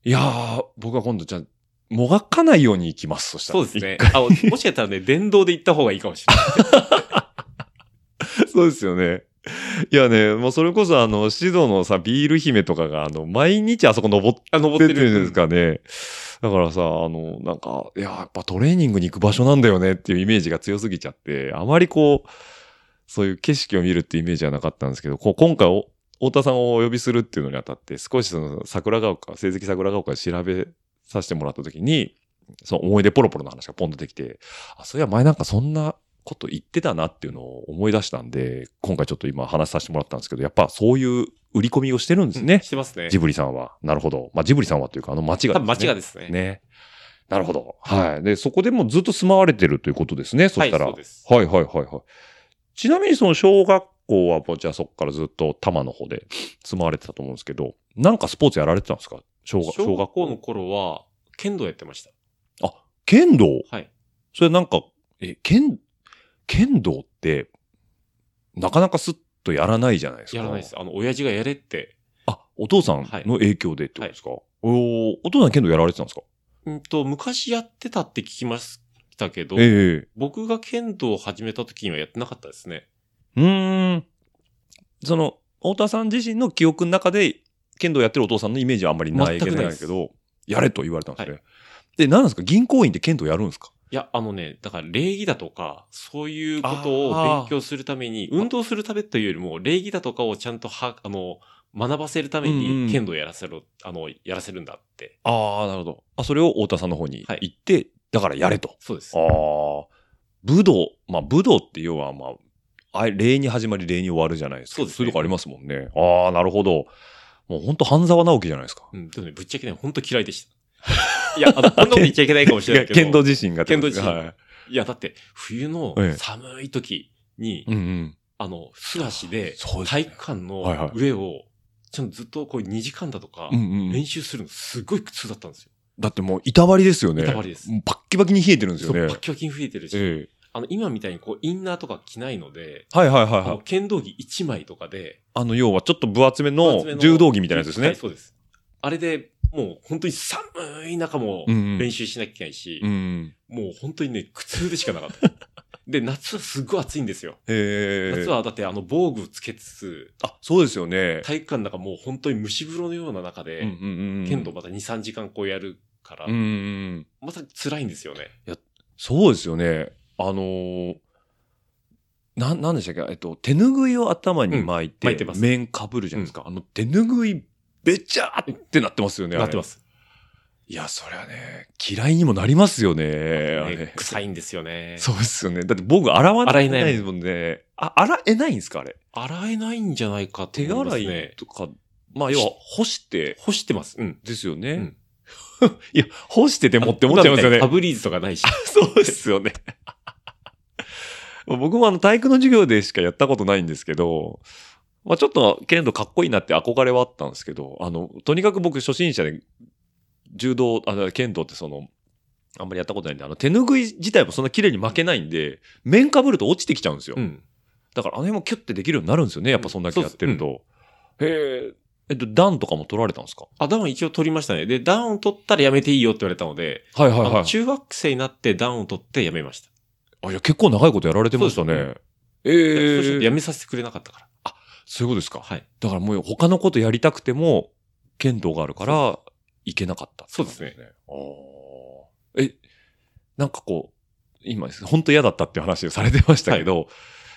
い、やー、僕は今度じゃあ、もがかないように行きます、そしたら。そうですね。あ、もしかしたらね、電動で行った方がいいかもしれな い。そうですよね。いやね、もうそれこそあの、シドのさ、ビール姫とかが、あの、毎日あそこ登っあ、登てっるてんでるす。かね。だからさ、あの、なんか、いや、やっぱトレーニングに行く場所なんだよねっていうイメージが強すぎちゃって、あまりこう、そういう景色を見るっていうイメージはなかったんですけど、こう今回お、太田さんをお呼びするっていうのにあたって、少しその桜ヶ丘、成績桜ヶ丘で調べさせてもらった時に、その思い出ポロポロの話がポンとできて、あ、そういや前なんかそんなこと言ってたなっていうのを思い出したんで、今回ちょっと今話させてもらったんですけど、やっぱそういう売り込みをしてるんです ね。してますね。ジブリさんは。なるほど。まあ、ジブリさんはというか、あの街が多です分ね、間違いですね。ね。なるほど。はい。で、そこでもうずっと住まわれてるということですね。そしたら。はいそうですはいはいはいはい。ちなみにその小学校は、もうじゃあそこからずっと多摩の方で住まわれてたと思うんですけど、なんかスポーツやられてたんですか小学小小学学校校のの。頃は、剣道やってました。剣道はい。それなんか、え、剣、剣道って、なかなかスッとやらないじゃないですか。やらないです。あの、親父がやれって、あ、お父さんの影響でってことですか、おーお父さん剣道やられてたんですかうんと、昔やってたって聞きましたけど、ええ僕が剣道を始めた時にはやってなかったですね。うーん。その、太田さん自身の記憶の中で、剣道やってるお父さんのイメージはあんまりない全くないけど、やれと言われたんですね。はで、何なんですか銀行員って剣道やるんですかいや、あのね、だから礼儀だとか、そういうことをあー勉強するために、運動するためというよりも、礼儀だとかをちゃんとは、あの、学ばせるためうんうんに剣道をやらせろ、あの、やらせるんだって。ああ、なるほど。あ、それを太田さんの方にはい行って、だからやれと。そうです。ああ。武道。まあ、武道って要は、まあ、あ礼に始まり礼に終わるじゃないですか。そうですねそういうとこありますもんね。ああ、なるほど。もう本当半沢直樹じゃないですか。うん、でもね、ぶっちゃけね、本当嫌い でした。いや、あの、こんなこと言っちゃいけないかもしれないけど。剣道自身がってことですね。剣道自いや、だって、冬のええ寒い時に、はい。うんうん。あの、素足でそうですね体育館はいはいの上を、ちゃんとずっとこう2時間だとかう、んうん、練習するのすごい苦痛だったんですよ。だってもう板張りですよね。板張りですもうバッキバキに冷えてるんですそよう、ねパッ。キパキに増えてるし、ええあの、今みたいにこう、インナーとか着ないので、はいはいはいあはの、い。剣道着1枚とかで、あの、要はちょっと分厚め分厚めのの柔道着みたいなやつですはいね。そうです。あれで、もう本当に寒い中もうんうん練習しなきゃいけないし、うん。もう本当にね、苦痛でしかなか った。で、夏はすっごい暑いんですよ。へえ。夏はだってあの防具つけつつ、あ、そうですよね。体育館の中もう本当に蒸し風呂のような中で、うんうんうん剣道また2、3時間こうやるから、うんうん。また辛いんですよね。そうですよね。あのー、な、なんでしたっけえっと、手ぬぐいを頭に巻いて、うん巻いてます面かぶるじゃないですか。あの、手ぬぐい、べちゃーってなってますよね。。なってますす。いや、それはね、嫌いにもなりますよね。あれね臭いんですよね。そうですよね。だって僕洗わな洗いえないですもんね。あ、洗えないんですかあれ。洗えないんじゃないかと手思います洗ね。いとか、まあ要は干して、干してます。うん。ですよね。ん いや、干しててもって思っちゃいますよね今みたに。ファブリーズとかないし。 そうですよね。僕もあの体育の授業でしかやったことないんですけど、まあちょっと剣道かっこいいなって憧れはあったんですけど、あの、とにかく僕初心者で柔道、あ剣道ってその、あんまりやったことないんで、あの手ぬぐい自体もそんな綺麗に巻けないんで、面かぶると落ちてきちゃうんですよ。うん。だからあの辺もキュッてできるようになるんですよね、やっぱそんだけやってると。へえ。えっと、段とかも取られたんですかあ、ダウン一応取りましたね。で、ダウン取ったらやめていいよって言われたので、はいはあの中学生になってダウンを取ってやめました。あ、いや、結構長いことやられてましたそうでね。そうするえとえ。やめさせてくれなかったから。そういうことですか。はい。だからもう他のことやりたくても、剣道があるから、いけなかったってこと。そうですあー。え、なんかこう、今、本当嫌だったっていう話をされてましたけど、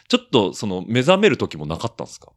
ちょっとその目覚める時もなかったんですか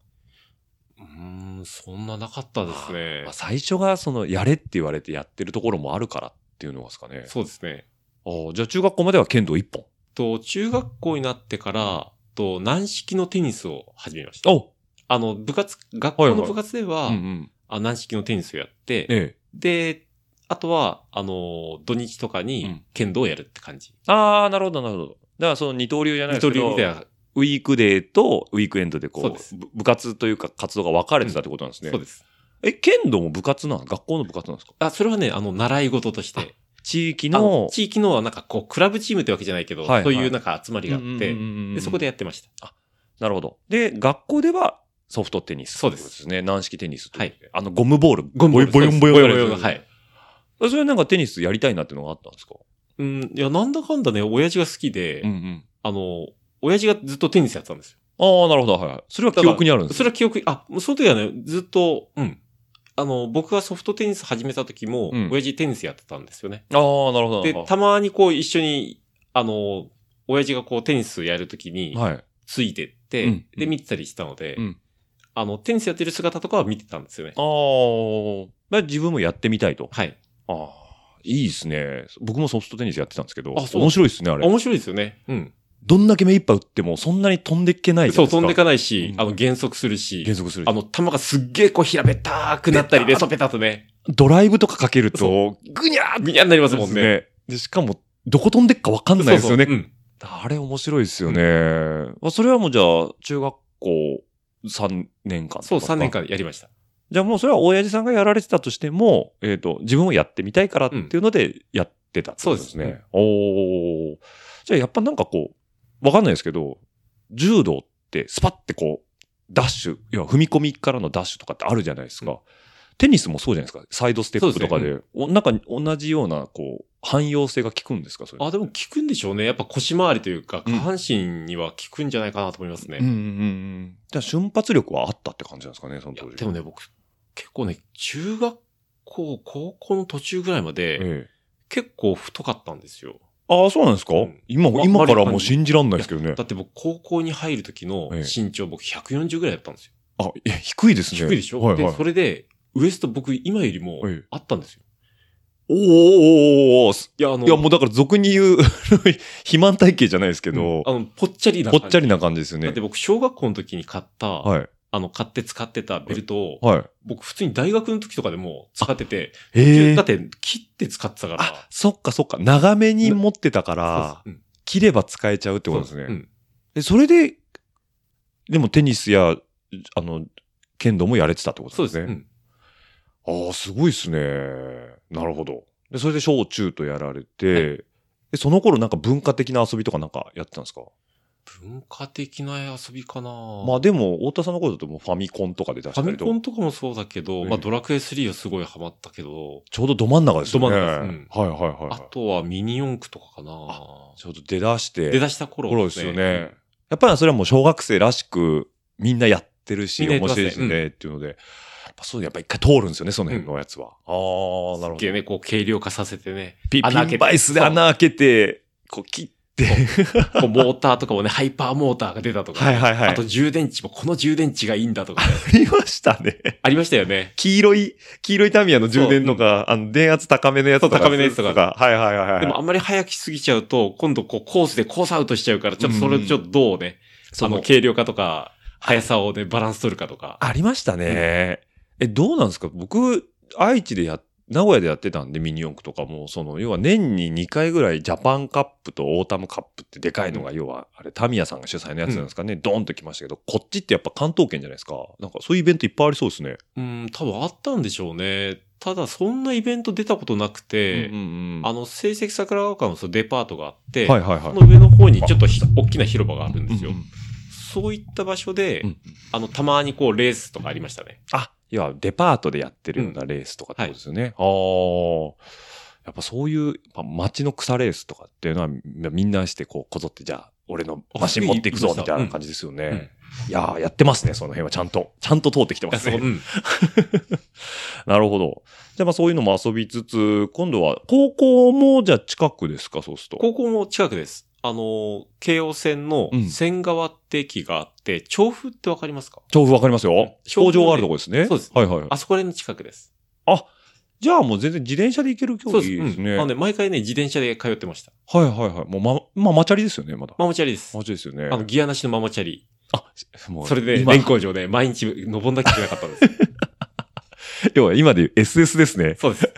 うーん、そんななかったですねまあ。最初がそのやれって言われてやってるところもあるからっていうのがですかね。そうですね。ああ、じゃあ中学校までは剣道一本。と、中学校になってから、と、軟式のテニスを始めました。おあの、部活、学校の部活では、うんうん。あ軟式のテニスをやって、ええ。で、あとは、あの、土日とかうにん剣道をやるって感じ。ああ、なるほど、なるほど。だからその二刀流じゃない二です刀け流どみたいな。ウィークデーとウィークエンドでこそううですぶ部活というか活動が分かれてたってことなんですね。そうです。え、剣道も部活なん学校の部活なんですかあ、それはね、あの、習い事として。地域あのの、、地域のはなんかこう、クラブチームってわけじゃないけど、はいはいそういうなんか集まりがあっうてんうん、うんうんでそこでやってました。なるほど。で、学校ではソフトテニス。そうですですね。軟式テニスと。はい。あの、ゴムボール。ゴムボールボヨンボヨンボボヨヨンンボヨボヨンンはい。それなんかテニスやりたいなっていうのがあったんですかうん、いや、なんだかんだね、親父が好きで、ん。あの、親父がずっとテニスやってたんですよ。ああ、なるほど。はいはい。それは記憶にあるんですそれは記憶、あ、もうその時はね、ずっと、うん。あの、僕がソフトテニス始めた時も、うん親父テニスやってたんですよね。ああー、なるほど。なでる、ほたまにこう一緒に、あの、親父がこうテニスやるときにど、はい。ついてって、うんで、見てたりしたので、うんあの、テニスやってる姿とかは見てたんですよね。ああ、まあ自分もやってみたいと。はい。ああ、いいですね。僕もソフトテニスやってたんですけど、あそう面白いですね、あれ。面白いですよね。うん。どんだけ目いっぱい打っても、そんなに飛んでっけないじゃそないう、ですか。飛んでかないしう、んあの、減速するし、減速するあ。の、球がすっげえこう平べったーくなったりで、そう、ペタッとね、ドライブとかかけるそと、ぐにゃーっぐにゃになりますてももんんね。ね。で、しかも、どこ飛んでっかわかんそうないですよね。そううんあれ面白いですよね。まあ、それはもうじゃあ、中学校3年間とかそう、3年。間やりました。じゃあもうそれは親父さんがやられてたとしても、えっ、と、自分をやってみたいからっていうのでやってたってことですね。そうですおーじゃあやっぱなんかこう、わかんないですけど、柔道ってスパってこう、ダッシュ、いや、踏み込みからのダッシュとかってあるじゃないですか。うんテニスもそうじゃないですか。サイドステップとかで。そおなんか同じような、こう、汎用性が効くんですかそれ。あ、でも効くんでしょうね。やっぱ腰回りというか、う下ん半身には効くんじゃないかなと思いますね。うんうんうん。じゃあ瞬発力はあったって感じなんですかね、そのいや当時。でもね、僕、結構ね、中学校、高校の途中ぐらいまで、ええ結構太かったんですよ。ああ、そうなんですか、うん今、ま今からもう信じらんないですけどね。だって僕、高校に入る時のええ身長、僕140ぐらいだったんですよ。あ、いや、低いですね。低いでしょ、はいはいで、それで、ウエスト僕、今よりもええ、あったんですよ。おーおーおーおーすいや、あの、いや、もうだから俗に言う、 肥満体型じゃないですけど、あの、ぽっちゃりなぽっちゃりな感感じですよじ。だっねて。僕、小学校の時に買った、はい。あの、買って使ってたベルトを、はい。僕、普通に大学の時とかでも使ってて、へえだっ。て、切って使ってたから。あ、そっかそっか。長めに持ってたから、そうそううん切れば使えちゃうってことですそううね。んでそれで、でもテニスや、あの、剣道もやれてたってことそうでですすね。ね。うんああ、すごいっすね。なるほど。で、それで小中とやられて、でその頃なんか文化的な遊びとかなんかやってたんですか文化的な遊びかなまあでも、太田さんの頃だともうファミコンとかで出しフたァりミとコか、ンとかもそうだけど、ええまあドラクエ3はすごいハマったけど、ちょうどど真ん中ですよね。ど真ん中ですはいはいはいあはい。とはミニ四駆とかかなちょうど出だして。出だした頃頃ですよね。。やっぱりそれはもう小学生らしく、みんなやってるし、みんなやって面ますね白いしね、っていうので、やっぱそう、やっぱ一回通るんですよね、その辺のやつは。ああ、なるうんほすっげど。えね、こう軽量化させてね、ピ穴開けてピンバイスで穴開けて、こう切って。こうモーターとかもね、 ハイパーモーターが出たとか、はいはいはい。あと充電池もこの充電池がいいんだとかね、ありましたね。 ありましたよね。黄色い、黄色いタミヤの充電とか、あの、電圧高めのやつとか。そう高めのやつとかはいはいはいはい。でもあんまり早きすぎちゃうと、今度こうコースでコースアウトしちゃうから、ちょっとそれをちょっとどうね、そあのの、軽量化とか、速さをね、バランス取るかとか。ありましたね。え、どうなんですか僕、愛知でや、名古屋でやってたんで、ミニ四駆とかも、その、要は年に2回ぐらいジャパンカップとオータムカップってでかいのが、要は、あれ、タミヤさんが主催のやつなんですかね、ドーンときましたけど、こっちってやっぱ関東圏じゃないですか。なんかそういうイベントいっぱいありそうですね。うん、多分あったんでしょうね。ただ、そんなイベント出たことなくて、うんうんうんあの、成績桜川館のそのデパートがあって、はいはいはいそ。の上の方にちょっとひ大きな広場があるんですよ。うんうんそういった場所で、うんあの、たまにこう、レースとかありましたね。あ、要はデパートでやってるようなレースとかってことですよね。ああ。やっぱそういう、まあ、街の草レースとかっていうのは、みみんなしてこう、こぞって、じゃあ、俺のマシン持っていくぞ、みたいな感じですよね。うんいやー、やってますね、その辺は。ちゃんと、ちゃんと通ってきてますそうね。ん。なるほど。じゃあまあそういうのも遊びつつ、今度は、高校もじゃあ近くですか、そうすると。高校も近くです。あの、京王線のうん千川って駅があって、調布ってわかりますか調布わかりますよ。調布工ね場があるとこですね。そうですはいはい。あそこら辺の近くです。じゃあもう全然自転車で行ける距離ですうんね。あのね、毎回ね、自転車で通ってました。はいはいはい。もうま、まあ、マチャリですよね、まだ。ママチャリです。マチャリですよね。あの、ギアなしのママチャリ。もうそれで、今連工場で毎日登んなきゃいけなかったん ですよ。要は今で言う SS ですね。そうです。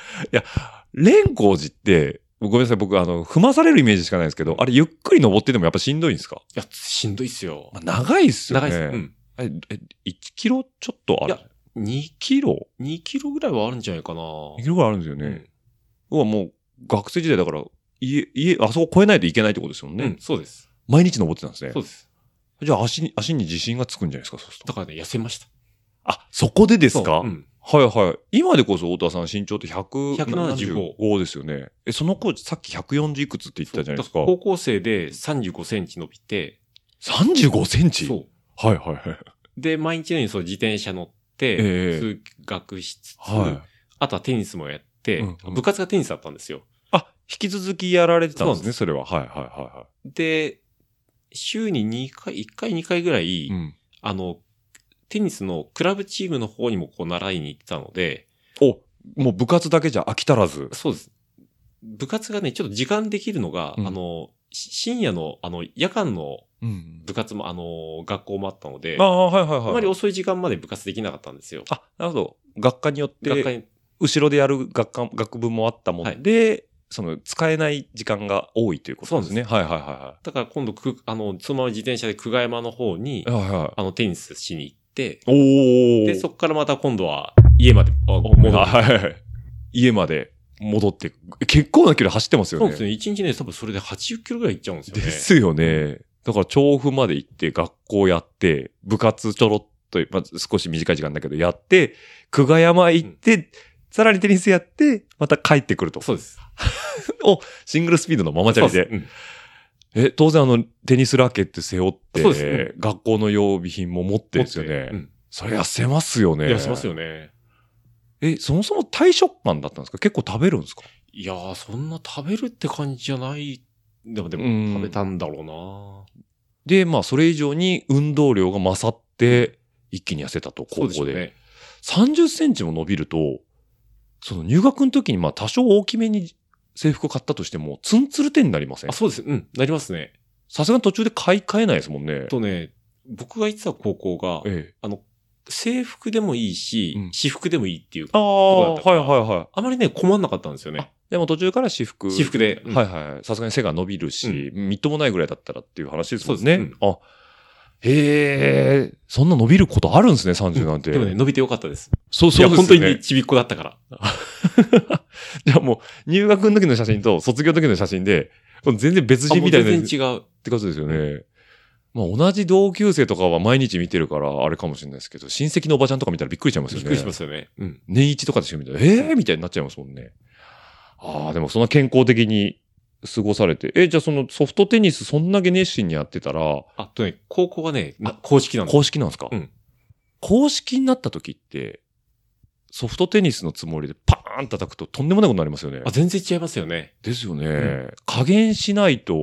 蓮光寺って、ごめんなさい、僕、あの、踏まされるイメージしかないですけど、あれゆっくり登っててもやっぱしんどいんですか、や、しんどいっすよ。まあ、長いっすよ長ね。いっす。うん。あれえ1キロちょっとあるいや ?2 キロ2キロぐらいはあるんじゃないかな。 ?2 キロぐらいあるんですよね。うわ、もう学生時代だから、家、家、あそこ越えないといけないってことですもんね。うん、そうです。毎日登ってたんですねそ。うです。じゃあ足に、足に自信がつくんじゃないですか、そうするだと。からね、痩せました。あ、そこでですか、そううん。はいはい。今でこそ太田さん身長って175 175ですよね。え、その子さっき140いくつって言ってたじゃないですかそうだら。高校生で35センチ伸びて、 35センチそう。はいはいはい。で、毎日のようにそう自転車乗って、ええ通学しつつ、はい。あとはテニスもやって、うんうん部活がテニスだったんですよ。あ、引き続きやられてたんでそすうね、なんでそれは。はいはいはいはで、週に2回、1回2回ぐらい、い。うん。あの、テニスのクラブチームの方にもこう習いに行ってたので、お、もう部活だけじゃ飽き足らず。そうです。部活がね、ちょっと時間できるのが、うんあの、し深夜の、あの、夜間のうん。部活も、あの、学校もあったので、あああ、はいはいはい。まり遅い時間まで部活できなかったんですよ。あ、なるほど。学科によっ学て、会、後ろでやる学科、学部もあったもはんいで、その、使えない時間が多いということですね。はいはいはだから今度く、あの、そのまま自転車で久我山の方にい、はい。はいはい。あの、テニスしに行って、おー。で、そこからまた今度は家まで、あ戻る。はいはいはい。家まで戻ってく、結構な距離走ってますよそうね。ですね。1日ね、多分それで80キロぐらい行っちゃうんですよね。ですよね。だから調布まで行って学校やって、部活ちょろっと、まあ、少し短い時間だけどやって、久我山行って、さらにテニスやって、また帰ってくると。そうです。シングルスピードのママチャリそうで。すうんえ、当然あの、テニスラケット背負って、そうです学校の用備品も持ってですよね。うんそれ痩せますよね。いや、しますよね。え、そもそも体食感だったんですか結構食べるんですかいやー、そんな食べるって感じじゃない。でも、でうんも、食べたんだろうなで、まあ、それ以上に運動量が勝って、一気に痩せたと、そ高うでしょ校うで。ね。 30センチも伸びると、その入学の時にまあ多少大きめに制服を買ったとしても、ツンツルテンになりませんあ、そうです。うん、なりますね。さすがに途中で買い替えないですもんね。とね、僕が行ってた高校が、ええ。制服でもいいし、うん私服でもいいっていう。ああ、どうだはっいたはかいはあまりね、困んなかったんですよね。い。でも途中から私服。私服で。うんはいはい。さすがに背が伸びるし、みっともないぐらいだったらっていう話ですもんね。そうですあ、へえ、そんな伸びることあるんですね、30なんて。でもね、伸びてよかったです。そういそや、うです本よ当ね。にねちびっこだったから。じゃあもう、入学の時の写真と卒業の時の写真で、もう全然別人みたいあな。もうっ全然違う。てことですよね。まあ同じ同級生とかは毎日見てるから、あれかもしれないですけど、親戚のおばちゃんとか見たらびっくりしちゃいますよびっね。くりしますよね。うん。年一とかでしか見たら、えー、みたいになっちゃいますもんね。ああ、でもそんな健康的に過ごされて。え、じゃあそのソフトテニスそんだけ熱心にやってたら、あとね、高校はね、な公式なんです。公式なんですか、うん公式になった時って、ソフトテニスのつもりでパーン叩くととんでもないことになりますよねあ、。全然違いますよね。ですよね、ん加減しないと、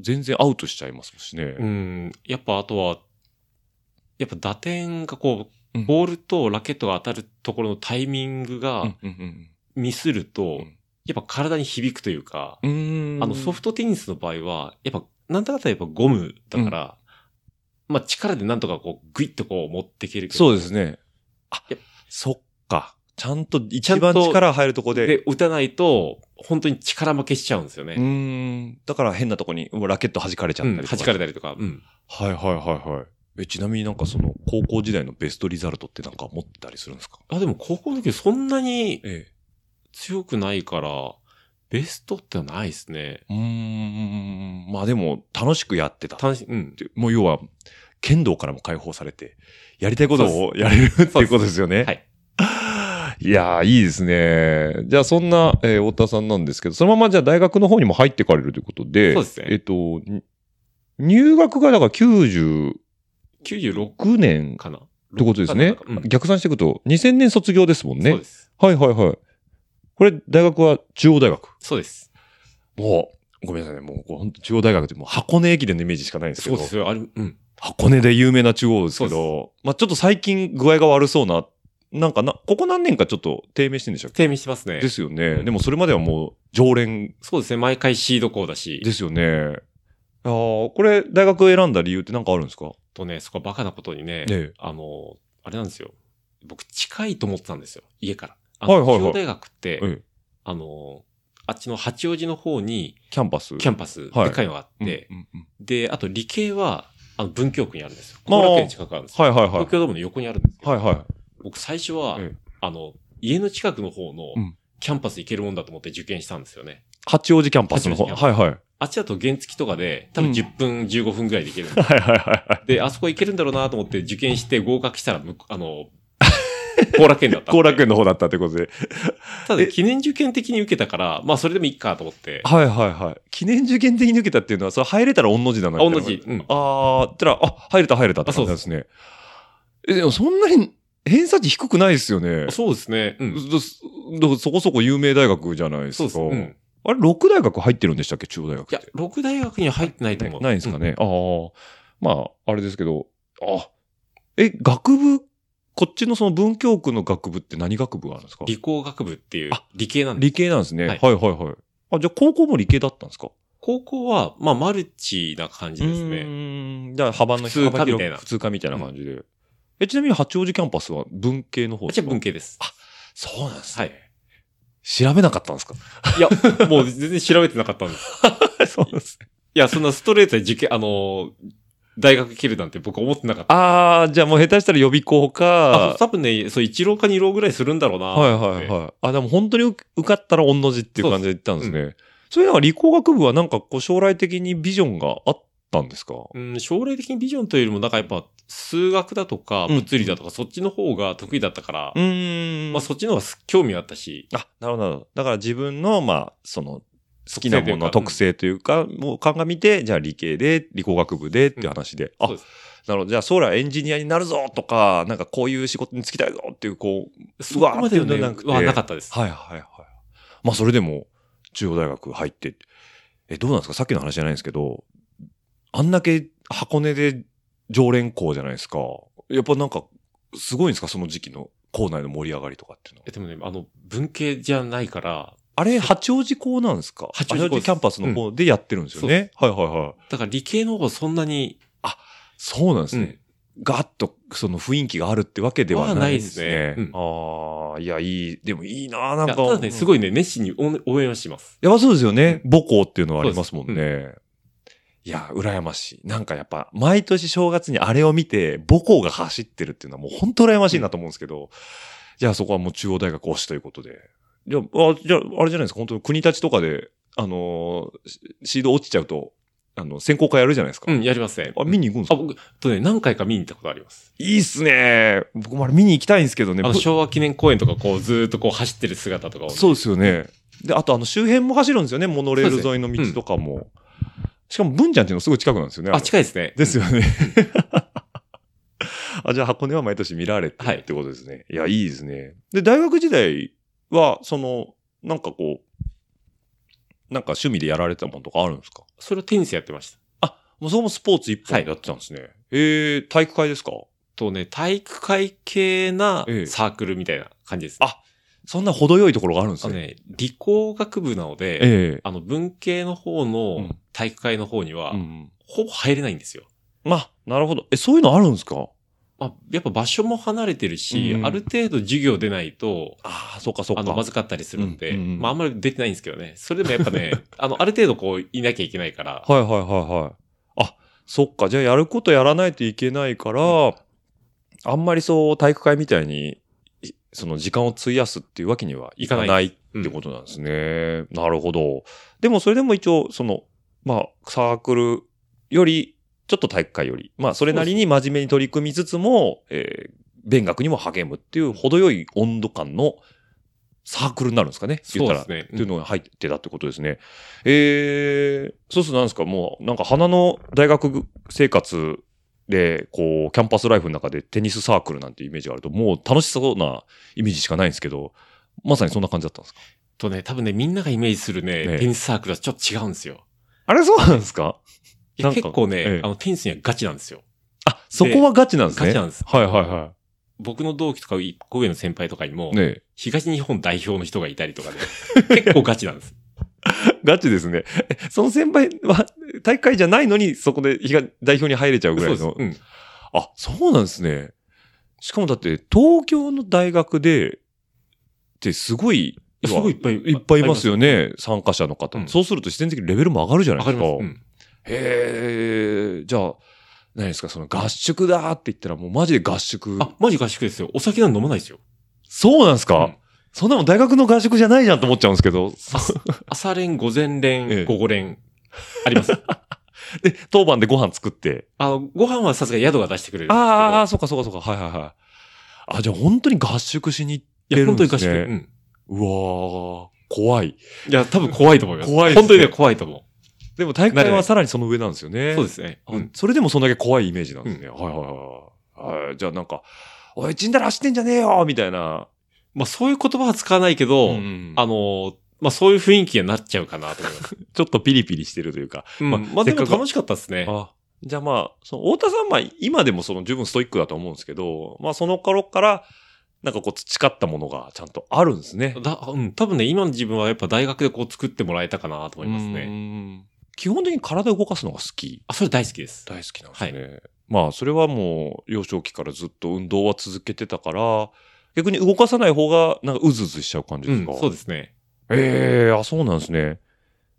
全然アウトしちゃいますしね。うん。やっぱあとは、やっぱ打点がこうんう、ボールとラケットが当たるところのタイミングうんがうんミスるとうん、やっぱ体に響くというか、うんうんあのソフトテニスの場合は、やっぱ、なんだかんだやっぱゴムだから、まあ力でなんとかこう、グイッとこう持っていけるけどそうですね。あいや、そっか。ちゃんとちゃ一んと番力入るとこで。で、打たないと、本当に力負けしちゃうんですようね。ーん。だから変なとこにもうラケット弾かれちゃうっん。たり弾とか。かれたりとか。うん。はいはいはいはい。え、ちなみになんかその高校時代のベストリザルトってなんか持ってたりするんですかあ、でも高校の時そんなにええ。強くないから、ベストってないですね。うーん。まあでも楽しくやってたっ単身、うん。ていう。もう要は、剣道からも解放されて、やりたいことをやれるっていうことですよね。はい。いやー、いいですね。じゃあ、そんな、えー太田さんなんですけど、そのままじゃあ大学の方にも入ってかれるということで、そうですねえっ、と、に入学がだから96 96年っかなってことですね。逆算していくと、2000年卒業ですもんそうねで。す。はいはいはい。これ、大学は中央大学。そうです。もう、ごめんなさいね。もう、こう本当中央大学ってもう箱根駅伝のイメージしかないんですけそうど、ですよ。あれ、うん。箱根で有名な中央ですけそど、まあちょっと最近具合が悪そうな、なんかな、ここ何年かちょっと低迷してるんでしたっけ低迷してますねで。すよね。でもそれまではもう常連そうですね。毎回シード校だし。ですよね。ああ、これ大学選んだ理由って何かあるんですかとね、そこはバカなことにね、ええあの、あれなんですよ。僕、近いと思ってたんですよ。家から。あはいの、はいはい中央大学っえて、えあの、あっちの八王子の方に、キャンパス。キャンパス、はいでかいのがあって、うんうんうんで、あと理系は、あの、文京区にあるんですよ。まあ後楽園に近くあるんですよ。はいはいはい東。京ドームの横にあるんですけど、はいはい。僕最初は、ええあの、家の近くの方のうんキャンパス行けるもんだと思って受験したんですよね。八王子キャンパスの方。八王子キはいはい。はいあっちだと原付とかで、多分うん10分、15分ぐらいで行ける んではいはいはい。で、あそこ行けるんだろうなと思って受験して合格したら、むあの、後楽園だったんで。後楽園の方だった ってことで。ただ記念受験的に受けたから、まあそれでもいいかと思って。はいはいはい。記念受験的に受けたっていうのは、それ入れたら御の字なのあ、同じ。。うん。あー、ったら、あ、入れた入れたって感じなんですね。え、でもそんなに偏差値低くないですよね。そうですね。うん。どすどそこそこ有名大学じゃないでそうすでか。す。うん。あれ、6大学入ってるんでしたっけ中央大学っいてや、六大学には入ってないと思う。ないんですかうんね。ああ。まあ、あれですけど、あ、え、学部、こっちのその文京区の学部って何学部があるんですか理工学部っていうあ、理系なんで。理系なんですね。ははいいはいはい。あ、じゃあ高校も理系だったんですか高校は、まあマルチな感じですうね。ーんじゃあ、幅の普通科幅広みたいな普通科みたいな感じで。え、ちなみに八王子キャンパスは文系の方でじすゃあか文。系です。そうなんですはね。い。調べなかったん ですかいや、もう全然調べてなかったん です。そうなんですね。いや、そんなストレートで受験、あのー、大学切るなんて僕思ってなかった。あー、じゃあもう下手したら予備校あか。多分ね、そう、一浪か二浪ぐらいするんだろうな。はいはいい。はい。あ、でも本当に受受かったら御の字っていう感じで言ったんですね。そういうのは理工学部はなんかこう将来的にビジョンがあったんですかうん、将来的にビジョンというよりも、なんかやっぱ、数学だとか、うん物理だとか、そっちの方が得意だったから、ーんまあそっちの方が興味あったし、あ、なるほどなるほど。だから自分の、まあ、その、好きなものの特特性というか、もう鑑みて、じゃあ理系で、理工学部でっていう話で。んあ、そうなでるほど。じゃあ将来エンジニアになるぞとか、なんかこういう仕事に就きたいぞっていう、こう。そこまでうわーっていうのはなねくてはなかったです。はいはいはい。まあそれでも、中央大学入って、え、どうなんですかさっきの話じゃないんですけど、あんだけ箱根で常連校じゃないですか。やっぱなんか、すごいんですかその時期の校内の盛り上がりとかっていうのはえ、。でもね、あの、文系じゃないから、あれ、八王子校なんですか八八王王子校子ですキャンパスの方でやってるんですよね。はいはいはい。だから理系の方がそんなに、そうなんですね。ガッと、その雰囲気があるってわけではないですはないねですね。ああ、いや、いい、でもいいななんいか。やただね、すい。ごいね、熱心に応応援はします。やばそうですよね。母校っていうのはありますもんそうね。いや、羨ましい。なんかやっぱ、毎年正月にあれを見て、母校が走ってるっていうのはもう本当羨ましいなと思うんですけど、じゃあそこはもう中央大学推しということで。じゃあ、あじゃあ、あれじゃないですか、本当に国立とかで、あのーシシード落ちちゃうと、あの、選考会やるじゃないですか。うん、やりますね。あ、見に行くんですあ、か僕、とね、何回か見に行ったことあります。いいっすね。僕もあれ見に行きたいんですけどねあ。の、ぶ昭和記念公園とか、こう、ずーっとこう、走ってる姿とかをね、そうですよね。で、あとあの周辺も走るんですよね。モノレール沿いの道とかも。しかも文ちゃんっていうのすごい近くなんですよね。あ、近いですね。ですよね。 あ、じゃあ箱根は毎年見られてはるいってことですね。い、や、いいですね。で、大学時代は、その、なんかこう、なんか趣味でやられてたものとかあるんですかそれをテニスやってました。もうそれもスポーツ一本でやってたんですね。えー、体育会ですかとね、体育会系なええサークルみたいな感じですね。あそんな程よいところがあるんであすのね。ね、理工学部なので、えあの、文系の方うのん体育会の方には、えうんほぼ入れないんですよ。まあ、なるほど。え、そういうのあるんですかまあ、やっぱ場所も離れてるし、うんある程度授業出ないと、ああ、そうかそうか。あの、まずかったりするんで、うんうんまあ、あんまり出てないんですけどね。それでもやっ ぱね、あの、ある程度こう、いなきゃいけないから、はいはいはいはい。あ、そっか。じゃあやることやらないといけないから、あんまりそう、体育会みたいに、いその時間を費やすっていうわけにはいかいかなないいってことなんですね。なるほど。でもそれでも一応、その、まあ、サークルより、ちょっと体育会より、まあ、それなりに真面目に取り組みつつも、えー、勉学にも励むっていう程よい温度感のサークルになるんですかね。言っそうたでらすね。っていうのが入ってたってことですね。えー、そうするとなんですか、もう、なんか花の大学生活で、こう、キャンパスライフの中でテニスサークルなんてイメージがあると、もう楽しそうなイメージしかないんですけど、まさにそんな感じだったんですかとね、多分ね、みんながイメージするね、ええテニスサークルはちょっと違うんですよ。あれそうなんですかいやなんか結構ね、ええあの、テニスにはガチなんですよ。あ、そこはガチなんですね。ガチなんですはいはいは僕の同期とか、一個上の先輩とかにも、い。ね東日本代表の人がいたりとかで、 結構ガチなんです。 ガチですね。 えその先輩は、大会じゃないのに、そこで東代表に入れちゃうぐらいそうのです。うん。あ、そうなんですね。しかもだって、東京の大学で、ってすごいすごいいっぱい。いっぱいいますよね。ね、参加者の方。うんそうすると自然的にレベルも上がるじゃないわかでりすまか。す。うんへえ、じゃあ、何ですか、その合宿だーって言ったらもうマジで合宿。あ、マジ合宿ですよ。お酒なんて飲まない ですよ。そうなんですか、うんそんなもん大学の合宿じゃないじゃんと思っちゃうんですけど。朝練、午前ええ練、午後練。あります。で、当番でご飯作って。あの、ご飯はさすがに宿が出してくれるんですけど。ああ、そうかそうかそうか。はいはいはい。あ、じゃあ本当に合宿しに行っいてや、る本ん当でにす合宿。うね。ん。うわー、怖い。いや、多分怖いと思います。怖いですね本当にね、怖いと思でも体育慣会れなはいさらにその上なんですよう。ね。そうですね。あうん。それでもそんだけ怖いイメージなんですね。はいはいはいはい。はいじゃあなんか、おい、ちんだら走ってんじゃねえよみたいな。まあ、そういう言葉は使わないけど、うんあのー、まあ、そういう雰囲気になっちゃうかなと思います。ちょっとピリピリしてると いうか。うんまあ、せでっかもく楽しかったですね。あじゃあまあ、その、太田さんは今でもその十分ストイックだと思うんですけど、まあその頃から、なんかこう培ったものがちゃんとあるんですね。だ、うん、多分ね、今の自分はやっぱ大学でこう作ってもらえたかなと思いますうね。ん基本的に体を動かすのが好き。あ、それ大好きです。大好きなんですね。まあそれはもう幼少期からずっと運動は続けてたから、逆に動かさない方がなんかうずうずしちゃう感じうですんか、、そうですね。ええあ、そうなんですね。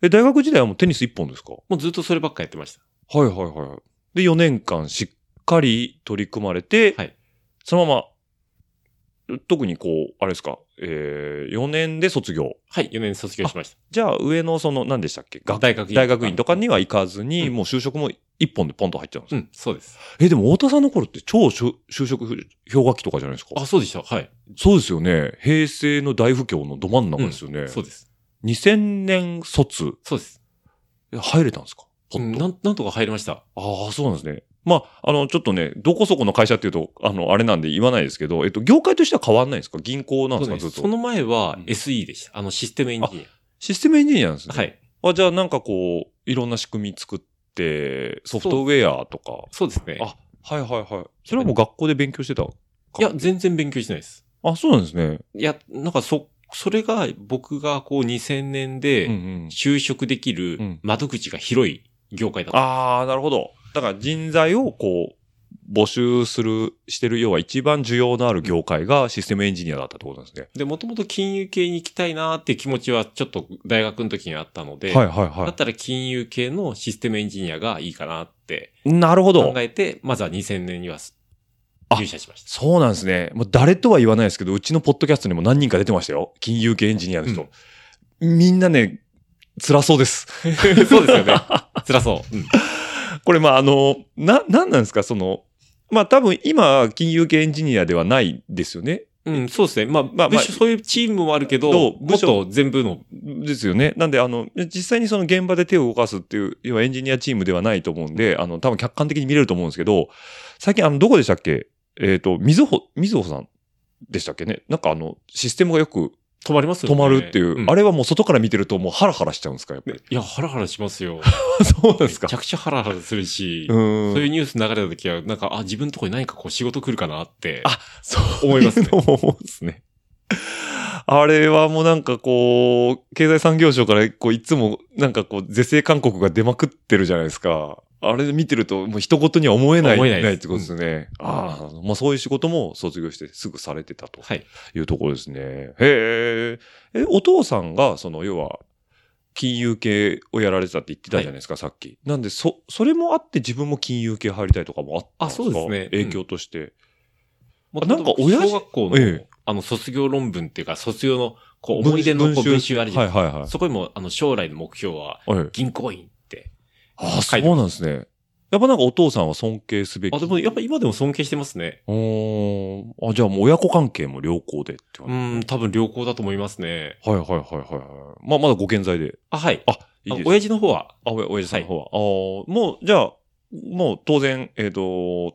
え、大学時代はもうテニス一本ですかもうずっとそればっかやってました。はいはいはい。で、4年間しっかり取り組まれて、はいそのまま、特にこう、あれですか、えー、4年で卒業。はい、4年卒業しましじゃあ、上のその、何でしたっけた。学大学院。大学院とかには行かずに、うんもう就職も一本でポンと入っちゃうんですうよ、ん、そうです。え、でも太田さんの頃って超就就職氷河期とかじゃないですかあ、そうでした。はい。そうですよね。平成の大不況のど真ん中ですよね。そうです。 2000年卒、そうです。え入れたんですかポうッんとなん、なんとか入りました。ああ、そうなんですね。まあ、あの、ちょっとね、どこそこの会社っていうと、あの、あれなんで言わないですけど、えっと、業界としては変わんないんですか銀行なんですそか、うですずっそと。の前はうん SE でした。あの、システムエンジニシステムエンジニアなんですア。ね。はい。あ、じゃあなんかこう、いろんな仕組み作って、ソフトウェアとか。そうですね。あはいはいはい。それはもう学校で勉強してた。いや、全然勉強してないです。あ、そうなんですね。いや、なんかそ、それが僕がこう2000年うんうでん。就職できうるん窓口が広い業界だった。ああ、なるほど。だから人材をこう、募集する、してる、要は一番需要のある業界がシステムエンジニアだったってことなんですね。で、もともと金融系に行きたいなーって気持ちはちょっと大学の時にあったので、はいはいだっはたら金融系のシステムエンジニアがいいかなってい。なるほど考。えて、まずは2000年にはすあ入社しました。 そうなんですね。もう誰とは言わないですけど、うちのポッドキャストにも何人か出てましたよ。金融系エンジニアの人。みんなね、辛そうです。 そうですよね。辛そう。うんこれ、まあ、あの、な、なんなんですか、その、まあ、多分今、金融系エンジニアではないですよね。うん、そうですね。まあ、ままあ、あ部署そういうチームもあるけどど、うも部っ署と全部の、ですよね。なんで、あの、実際にその現場で手を動かすっていう、要はエンジニアチームではないと思うんで、あの、多分客観的に見れると思うんですけど、最近、あの、どこでしたっけえっ、と、みずほ、みずほさんでしたっけねなんかあの、システムがよく止まりますよ止ね。まるっていう、んあれはもう外から見てるともうハラハラしちゃうんですか、やっぱり。いや、ハラハラしますよ。そうなんですめちゃ。くちゃハラハラするし、うーん。そういうニュース流れた時は、なんか、あ、自分のとこに何かこう仕事来るかなって。あそう思 いますねうのも思うんですね。あれはもうなんかこう、経済産業省からこういつもなんかこう、是正勧告が出まくってるじゃないですか。あれ見てるともう一言には思えない思えないですってことですね。ああ、まあそういう仕事も卒業してすぐされてたとはい。いうところですね。へえ。え、お父さんがその要は、金融系をやられてたって言ってたじゃないですか、さっき。なんで、そ、それもあって自分も金融系入りたいとかもあったんですかあそうですね影響として。もなんか親父小学校の、ええあの、卒業論文っていうか、卒業の、こう、思い出のこう文集あるじゃないですか。はいはいはい。そこにも、あの、将来の目標は、はい、銀行員って。ああ、書そいうてなんですね。やっぱなんかお父さんは尊敬すべき。あ、でも、やっぱ今でも尊敬してますね。うーんあ、じゃあもう親子関係も良好でって感うじ。ん、多分良好だと思いますね。はいはいはいはいはい。まあ、まだご健在で。あ、はい。あ、いいです。親父の方は、あ、おや親父さんの方は。ああ、もう、じゃあ、もう当然、えっ、と、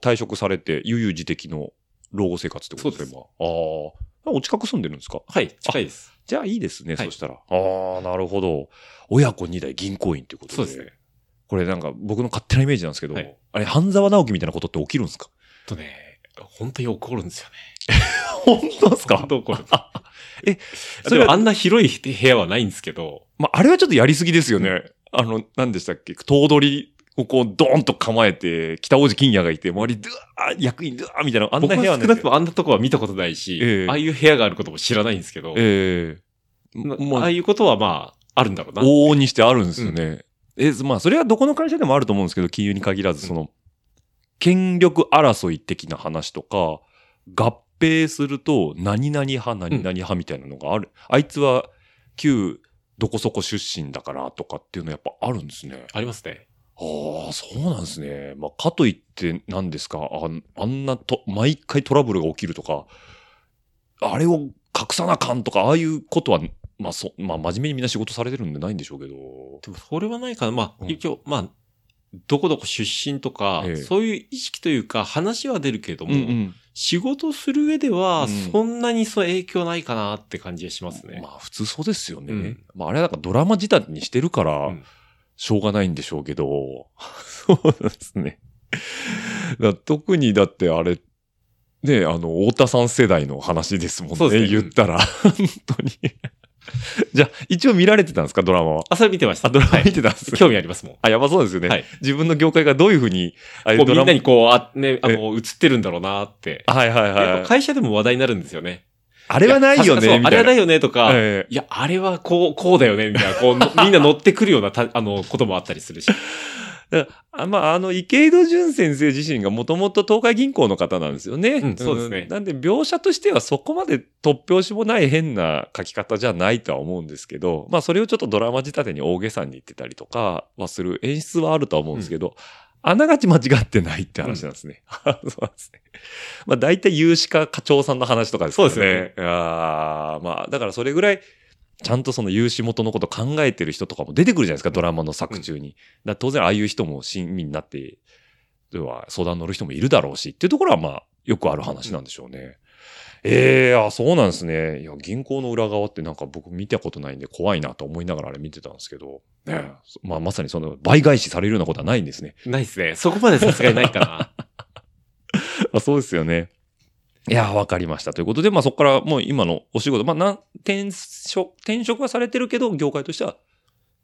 退職されて、悠々自適の老後生活ってことですね。今ああ。お近く住んでるんですかはい、近いです。じゃあいいですね、はいそしたら。ああ、なるほど。親子2代銀行員っていうことで。そうですね。これなんか僕の勝手なイメージなんですけど、はいあれ、半沢直樹みたいなことって起きるんですかとね、本当に怒るんですよね。本当です 本か当怒る。 え、そそれれははあんな広い部屋はないんですけど、まあ、あれはちょっとやりすぎですよね。あの、何でしたっけ頭取をこう、ドーンと構えて、北王子金也がいて、周り、ドゥワー、役員、ドゥワーみたいな、あん僕なは部屋少ねなくともあんなとこは見たことないし、ええああいう部屋があることも知らないんですけど、ええまああいうことはまあ、あるんだろうな。往々にしてあるんですよね。え、まあ、それはどこの会社でもあると思うんですけど、金融に限らず、その、権力争い的な話とか、合併すると、何々派、何々派みたいなのがある。あいつは、旧、どこそこ出身だからとかっていうのやっぱあるんですね。ありますね。ああ、そうなんですね。まあ、かといって何ですかあんあんなと、毎回トラブルが起きるとか、あれを隠さなあかんとか、ああいうことは、まあ、そ、まあ、真面目にみんな仕事されてるんでないんでしょうけど。でもそれはないかな。まあ、うん一応、まあ、どこどこ出身とか、ええそういう意識というか話は出るけれども、ん仕事する上ではうんそんなにそう影響ないかなって感じがしますね。まあ、普通そうですよね。うんまあ、あれはなんかドラマ仕立てにしてるから、うんしょうがないんでしょうけど。 そうなんですね。だ特にだってあれ、ね、あの、太田さん世代の話ですもんそうね。ですね言ったら、 本当に。じゃあ、一応見られてたんですか、ドラマは。あ、それ見てました。あ、ドラマはい見てたんです、興味ありますもん。あ、やばそうですよね。はい自分の業界がどういうふうに、あれこうみんなにドこう、あ、ね、あえの、映ってるんだろうなって。ラマはいはいやっはぱい。会社でも話題になるんですよね。ああれはないよね、みたあれいな。はないよねとか、ええいや、あれはこう、こうだよね、みたいな、こう、の みんな乗ってくるようなた、あの、こともあったりするし。あまあ、あの、池井戸潤先生自身がもともと東海銀行の方なんですよね。うんそうですねなんで、描写としてはそこまで突拍子もない変な書き方じゃないとは思うんですけど、まあ、それをちょっとドラマ仕立てに大げさに言ってたりとかはする演出はあるとは思うんですけど、あながち間違ってないって話なんですね。そうなんですね。まあ、大体有志か課長さんの話とかですからね。そうですね。あーまあ、だからそれぐらい、ちゃんとその有志元のこと考えてる人とかも出てくるじゃないですか、ドラマの作中に。だから当然ああいう人も親身になって、要は相談乗る人もいるだろうしっていうところはまあよくある話なんでしょうね。ええあ、そうなんですね。いや、銀行の裏側ってなんか僕見たことないんで怖いなと思いながらあれ見てたんですけど、ねえ、そまあまさにその倍返しされるようなことはないんですね。ないですね。そこまでさすがにないか な。あそうですよね。いや、わかりました。ということで、まあそこからもう今のお仕事、まあなん転職、転職はされてるけど、業界としては、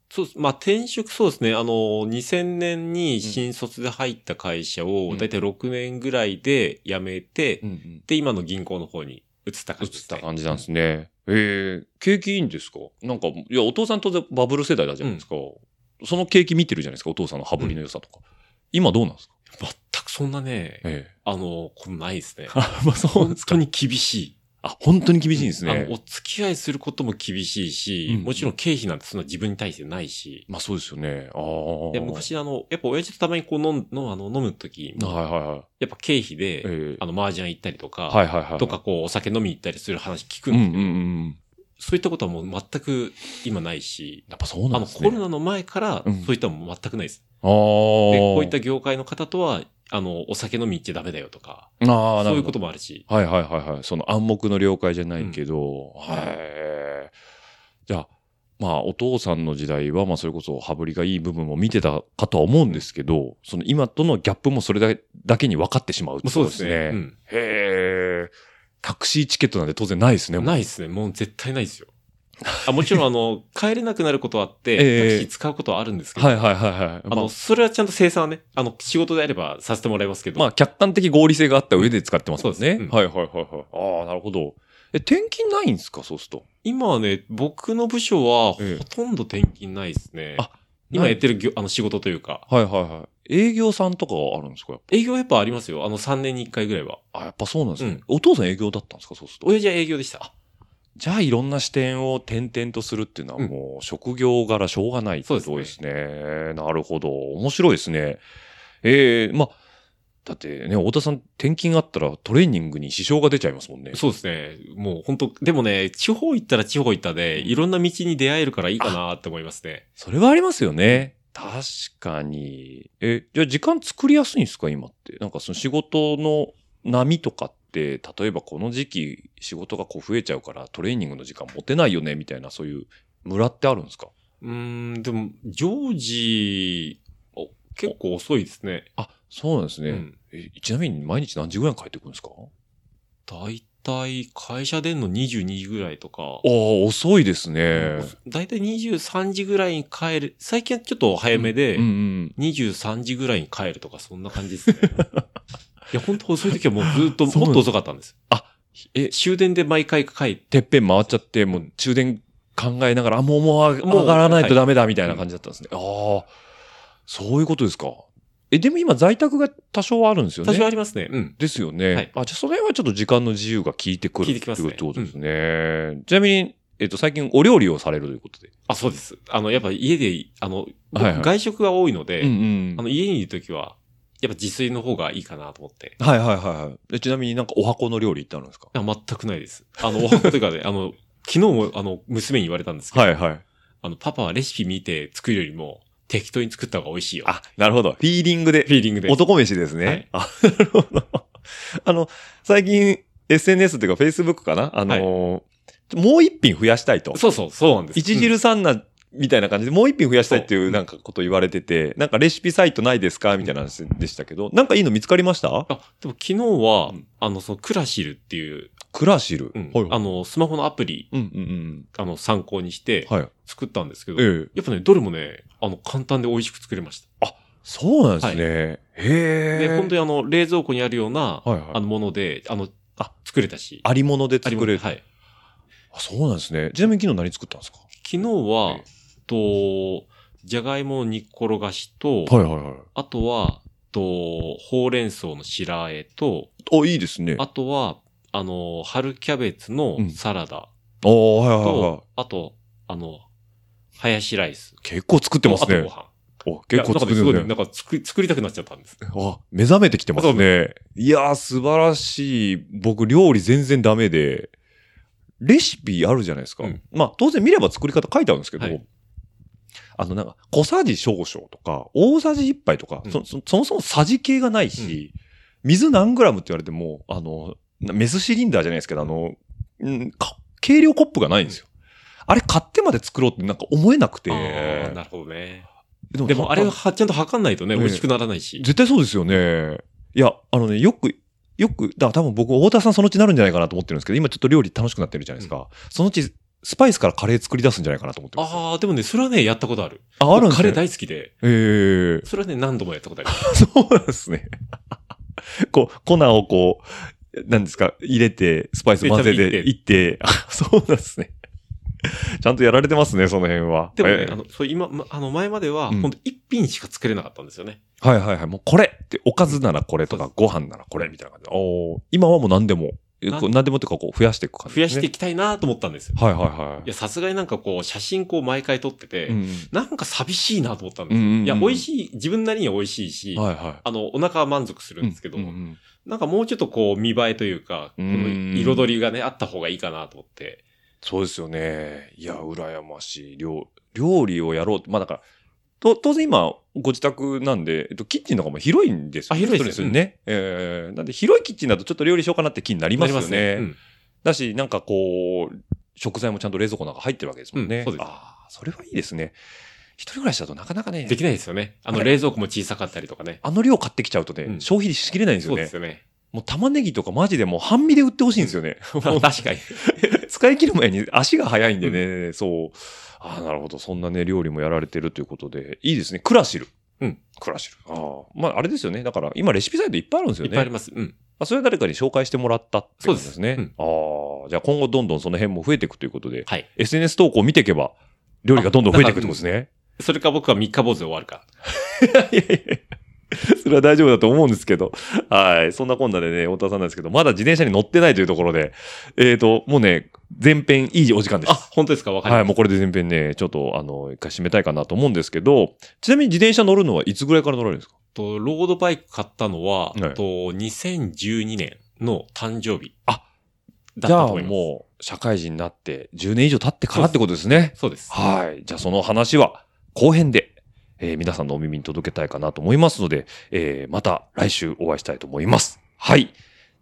そうです。まあ、転職そうですね。あの、2000年に新卒で入った会社うを、んだいたい6年ぐらいで辞めて、うん、で、今の銀行の方に移った映っ感じです、たね。感じなんですね。ええ景気いいんですかなんか、いや、お父さん当然バブル世代だじゃないですか。その景気見てるじゃないですか、お父さんの羽振りの良さとか。今どうなんですか全くそんなね、ええ。あの、このないですね。あ、まあそう本当。に厳しい。あ、本当に厳しいんですあねの、お。付き合いすることも厳しいし、うんもちろん経費なんてそんな自分に対してないし、まあそうですよね。ああ。で昔あの、やっぱ親父とたまにこう飲んのあの飲むときはいはいはい。やっぱ経費で、ええあの、麻雀行ったりとか、はいはいはい。とか。こう、お酒飲みに行ったりする話聞くうんんうでんすけど、うん。そういったことはもう全く今ないし、やっぱそうなあんの、ですコね。ロナの前からうん、そういったのも全くないです。ああ。で、ここういった業界の方とは、あの、お酒飲み行っちゃダメだよとか、ああ、なそうるいうほこど。ともあるし、はいはいはいはい。その暗黙の了解じゃないけど、はい。じゃあ、まあ、お父さんの時代は、まあ、それこそ羽振りがいい部分も見てたかとは思うんですけど、その今とのギャップもそれだけだけに分かってしまうってことですね。うんへえ。タクシーチケットなんて当然ないですね。もうないですね。もう絶対ないですよ。あもちろん、あ の、帰れなくなることはあって、ええタクシー使うことはあるんですけど、はいはいはいはい。あまの、あ、それはちゃんと生産はね、あの、仕事であればさせてもらいますけど、まあ、客観的合理性があった上で使ってますもんそうでね。すうんはいはいはいはい。ああ、なるほど。え、転勤ないんですかそうすると。今はね、僕の部署はほええとんど転勤ないですね。あ今やっないてる業あの仕事というか、はいはいはい。営業さんとかはあるんですかやっぱ営業やっぱありますよ。あの3年に1回ぐらいは。あ、やっぱそうなんですね。お父さん営業だったんですかそうすると。親父は営業でした。じゃあいろんな視点を転々とするっていうのはうんもう職業柄しょうがないってことそうでですすね。なるほど。面白いですね。ええまあ、だってね、太田さん転勤があったらトレーニングに支障が出ちゃいますもんね。そうですね。もう本当でもね、地方行ったら地方行ったで、いろんな道に出会えるからいいかなって思いますね。それはありますよね。確かに。え、じゃあ時間作りやすいんですか今って。なんかその仕事の波とかって、例えばこの時期仕事がこう増えちゃうからトレーニングの時間持てないよねみたいなそういう村ってあるんですかうーん、でも、常時、お結構遅いですね。あ、そうなんですね、うん。えちなみに毎日何時ぐらいに帰ってくるんですかあ大体、会社出んの22時ぐらいとか。あ、遅いですね。大体23時ぐらいに帰る。最近はちょっと早めで、うんうん。 23時ぐらいに帰るとか、そんな感 じですね。いや、本当遅い時はもうずっと、そうなもんですっと遅かったんです。え、終電で毎回帰って、てっぺん回っちゃって、もう終電考えながら、あ、もう、もうあ、もう上がらないとダメだ、みたいな感じだったんですね。ああ、そういうことですか。え、でも今、在宅が多少はあるんですよね。多少ありますね。うん。ですよね。はいあ、じゃあその辺はちょっと時間の自由が効いてくる効いてきますねってことですね。ちなみに、えっと、最近お料理をされるということで。あ、そうです。あの、やっぱ家で、あの、僕はいはい外食が多いので、んあの、家にいるときは、やっぱ自炊の方がいいかなと思って。はいはいはいはいで。ちなみになんかお箱の料理ってあるんですかいや、全くないです。あの、お 箱というかね、あの、昨日も、あの、娘に言われたんですけど、いはい。あの、パパはレシピ見て作るよりも、適当に作った方が美味しいよ。あ、なるほど。フィーリングでフィーリングで。男飯ですね。あ、なるほど。 あの、最近 SNS っていうか Facebook かなあのーもう一品増やしたいと。そうそう、そうなんです。一うん汁三菜みたいな感じでもう一品増やしたいっていそううなんかこと言われてて、なんかレシピサイトないですかみたいな話でしたけど、なんかいいの見つかりましたあ、でも昨日は、んあの、その、クラシルっていう、クラシル。うんはいはあい。の、スマホのアプリ、うんうんあの、参考にしてうん。はい。作ったんですけど、ええ。やっぱね、どれもね、あの、簡単で美味しく作れましそうなんですね。た。へえ。で、本当にあの、冷蔵庫にあるような、はいはいあの、もので、あの、あ作れたし。ありものであり作れる。はい。あそうなんですね。ちなみに昨日何作ったんですか昨日はえ、と、じゃがいもの煮っころがしはと、いはいはい。あとは、と、ほうれん草の白あえと、お、いいですね。ああとは、あの、春キャベツのサラダおはいはいはいはいと、。あと、あの、ハヤシライス。結構作ってますあとねご。飯。お結構作っていやるなね。んかねすごい、なんか作り作りたくなっちゃったんです。あ、目覚めてきてますそうね。いやー、素晴らしい。僕、料理全然ダメで、レシピあるじゃないですか。うんまあ、当然見れば作り方書いてあるんですけど、はいあの、なんか、小さじ少々とか、大さじ1杯とか、うんそそそもそもさじ系がないし、水何グラムって言われても、あの、なメスシリンダーじゃないですけど、あの、うんか計量コップがないんですよ。あれ買ってまで作ろうってなんか思えなくて。あーなるほどね。ででも、あれはは、ちゃんと測んないとね、ね美味しくならないし。絶対そうですよね。いや、あのね、よく、よく、だから多分僕、太田さんそのうちなるんじゃないかなと思ってるんですけど、今ちょっと料理楽しくなってるじゃないですか。そのうち、スパイスからカレー作り出すんじゃないかなと思ってます。ああ、でもね、それはね、やったことある。あ、あるんですカレねー。大好きで、ええそれはね、何度もやったことありま す。そうなんですね。こう、粉をこう、なんですか、入れて、スパイス混ぜてでいって、あ、そうなんですね。ちゃんとやられてますね、その辺は。でもねえ、えあの、そう、今、まあの、前までは、うんほんと一品しか作れなかったんですよね。はいはいはい。もうこれって、おかずならこれとか、ご飯ならこれみたいな感じで。おー今はもう何でも、えこう何でもっていうかこう増やしていく感じ増でやすしね、ていきたいなと思ったんですよ。はいはいはいや、さすがになんかこう、写真こう、毎回撮ってい。て、うんなんか寂しいなと思ったんうですよ。ん。いや、美味い。しい、自分なりには美味しいし、はいはあの、お腹は満足すい。るんですけど、うんうんなんかもうちょっとこう、見栄えというか、こうのん彩りがね、あった方がいいかなと思って。そうですよね。いや、羨ましい。料料理をやろうって。まあだから、と当然今、ご自宅なんで、えっと、キッチンの方も広いんですよね。あ広いでですすよね。えーなんで、広いキッチンだとちょっと料理しようかなって気になりますよね。なりますだし、なんかこう、食材もちゃんと冷蔵庫の中入ってるわけですもんね。うんそうですああ、それはいいですね。一人暮らしだとなかなかうねん。で、きないですよね。あの、あれ冷蔵庫も小さかったりとかね。あの量買ってきちゃうとね、うん消費しきれないんですそようでねす。よね。もう玉ねぎとかマジでもう半身で売ってほしいんですよね。 確かに。使い切る前に足が速いんでね、そう。ああ、なるほど。そんなね、料理もやられてるということで、いいですね。クラシル。うん。クラシル。ああ。まあ、あれですよね。だから、今レシピサイトいっぱいあるんですよいっね。ぱいあります。うん。あそれは誰かに紹介してもらったってことですね。そうですああ。じゃあ今後どんどんその辺も増えていくということで、はい。 SNS 投稿を見ていけば、料理がどんどん増えていくってことですね。それか僕は三日坊主で終わるか。いやいやいや それは大丈夫だと思うんですけど。はい。そんなこんなでね、太田さんなんですけど、まだ自転車に乗ってないというところで、えっ、と、もうね、前編いいお時間です。あ、本当ですかわかりはい、まもうこれで全編ね、ちょっと、あの、一回締めたいかなと思うんですけど、ちなみに自転車乗るのはいつぐらいから乗られるんですかす。と、ロードバイク買ったのは、はいと、2012年の誕生日。あ、だったじゃとあ思います。もう、社会人になって10年以上経ってからってことですね。そうです。はい。じゃあその話は後編で、えー皆さんのお耳に届けたいかなと思いますので、えーまた来週お会いしたいと思います。はい。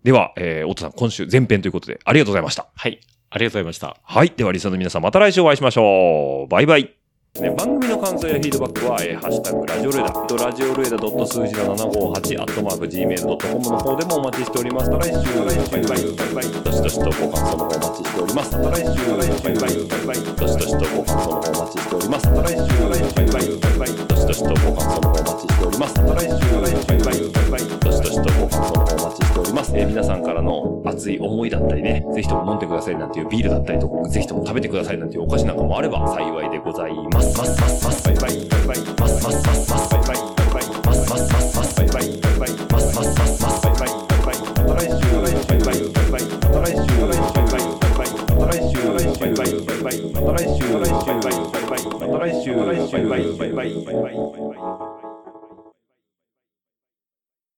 では、えー、太田さん、今週前編ということでありがとうございました。はい。ありがとうございました。はい。では、リスナーの皆さん、また来週お会いしましょう。バイバイ。ね、番組の感想やフィードバックは、えー、ハッシュタグ、ラジオルエダ、とラジオルエダ数字の758、アットマーク、gmail.com の方でもお待ちしております。また来週、バイバイ、バイバイ、どしどしとご感想の方お待ちしております。また来週、バイバイ、バイバイ、どしどしとご感想の方お待ちしております。また来週、バイバイ、バイバイ、どしどしどしとご感想もお待ちしております。また来週、バイバイ、どしどしとご感想もお待ちしております。えー皆さんからの熱い思いだったりね、ぜひとも飲んでくださいなんていうビールだったりとか、ぜひとも食べてくださいなんていうお菓子なんかもあれば幸いでございます。ますますますバイバイ、バイバイ、ますますますますバイバイ、バイバイ、ますますますますバイバイ、バイバイ、ますますますますバイバイ、バイバイ、また来週、バイバイ、バイバイ、また来週、バイバイ、バイバイ、また来週、バイバイ、バイバイ、また来週、バイバイ、バイバイ、また来週、バイバイ、バイバイ、バイバイ、バイバイ。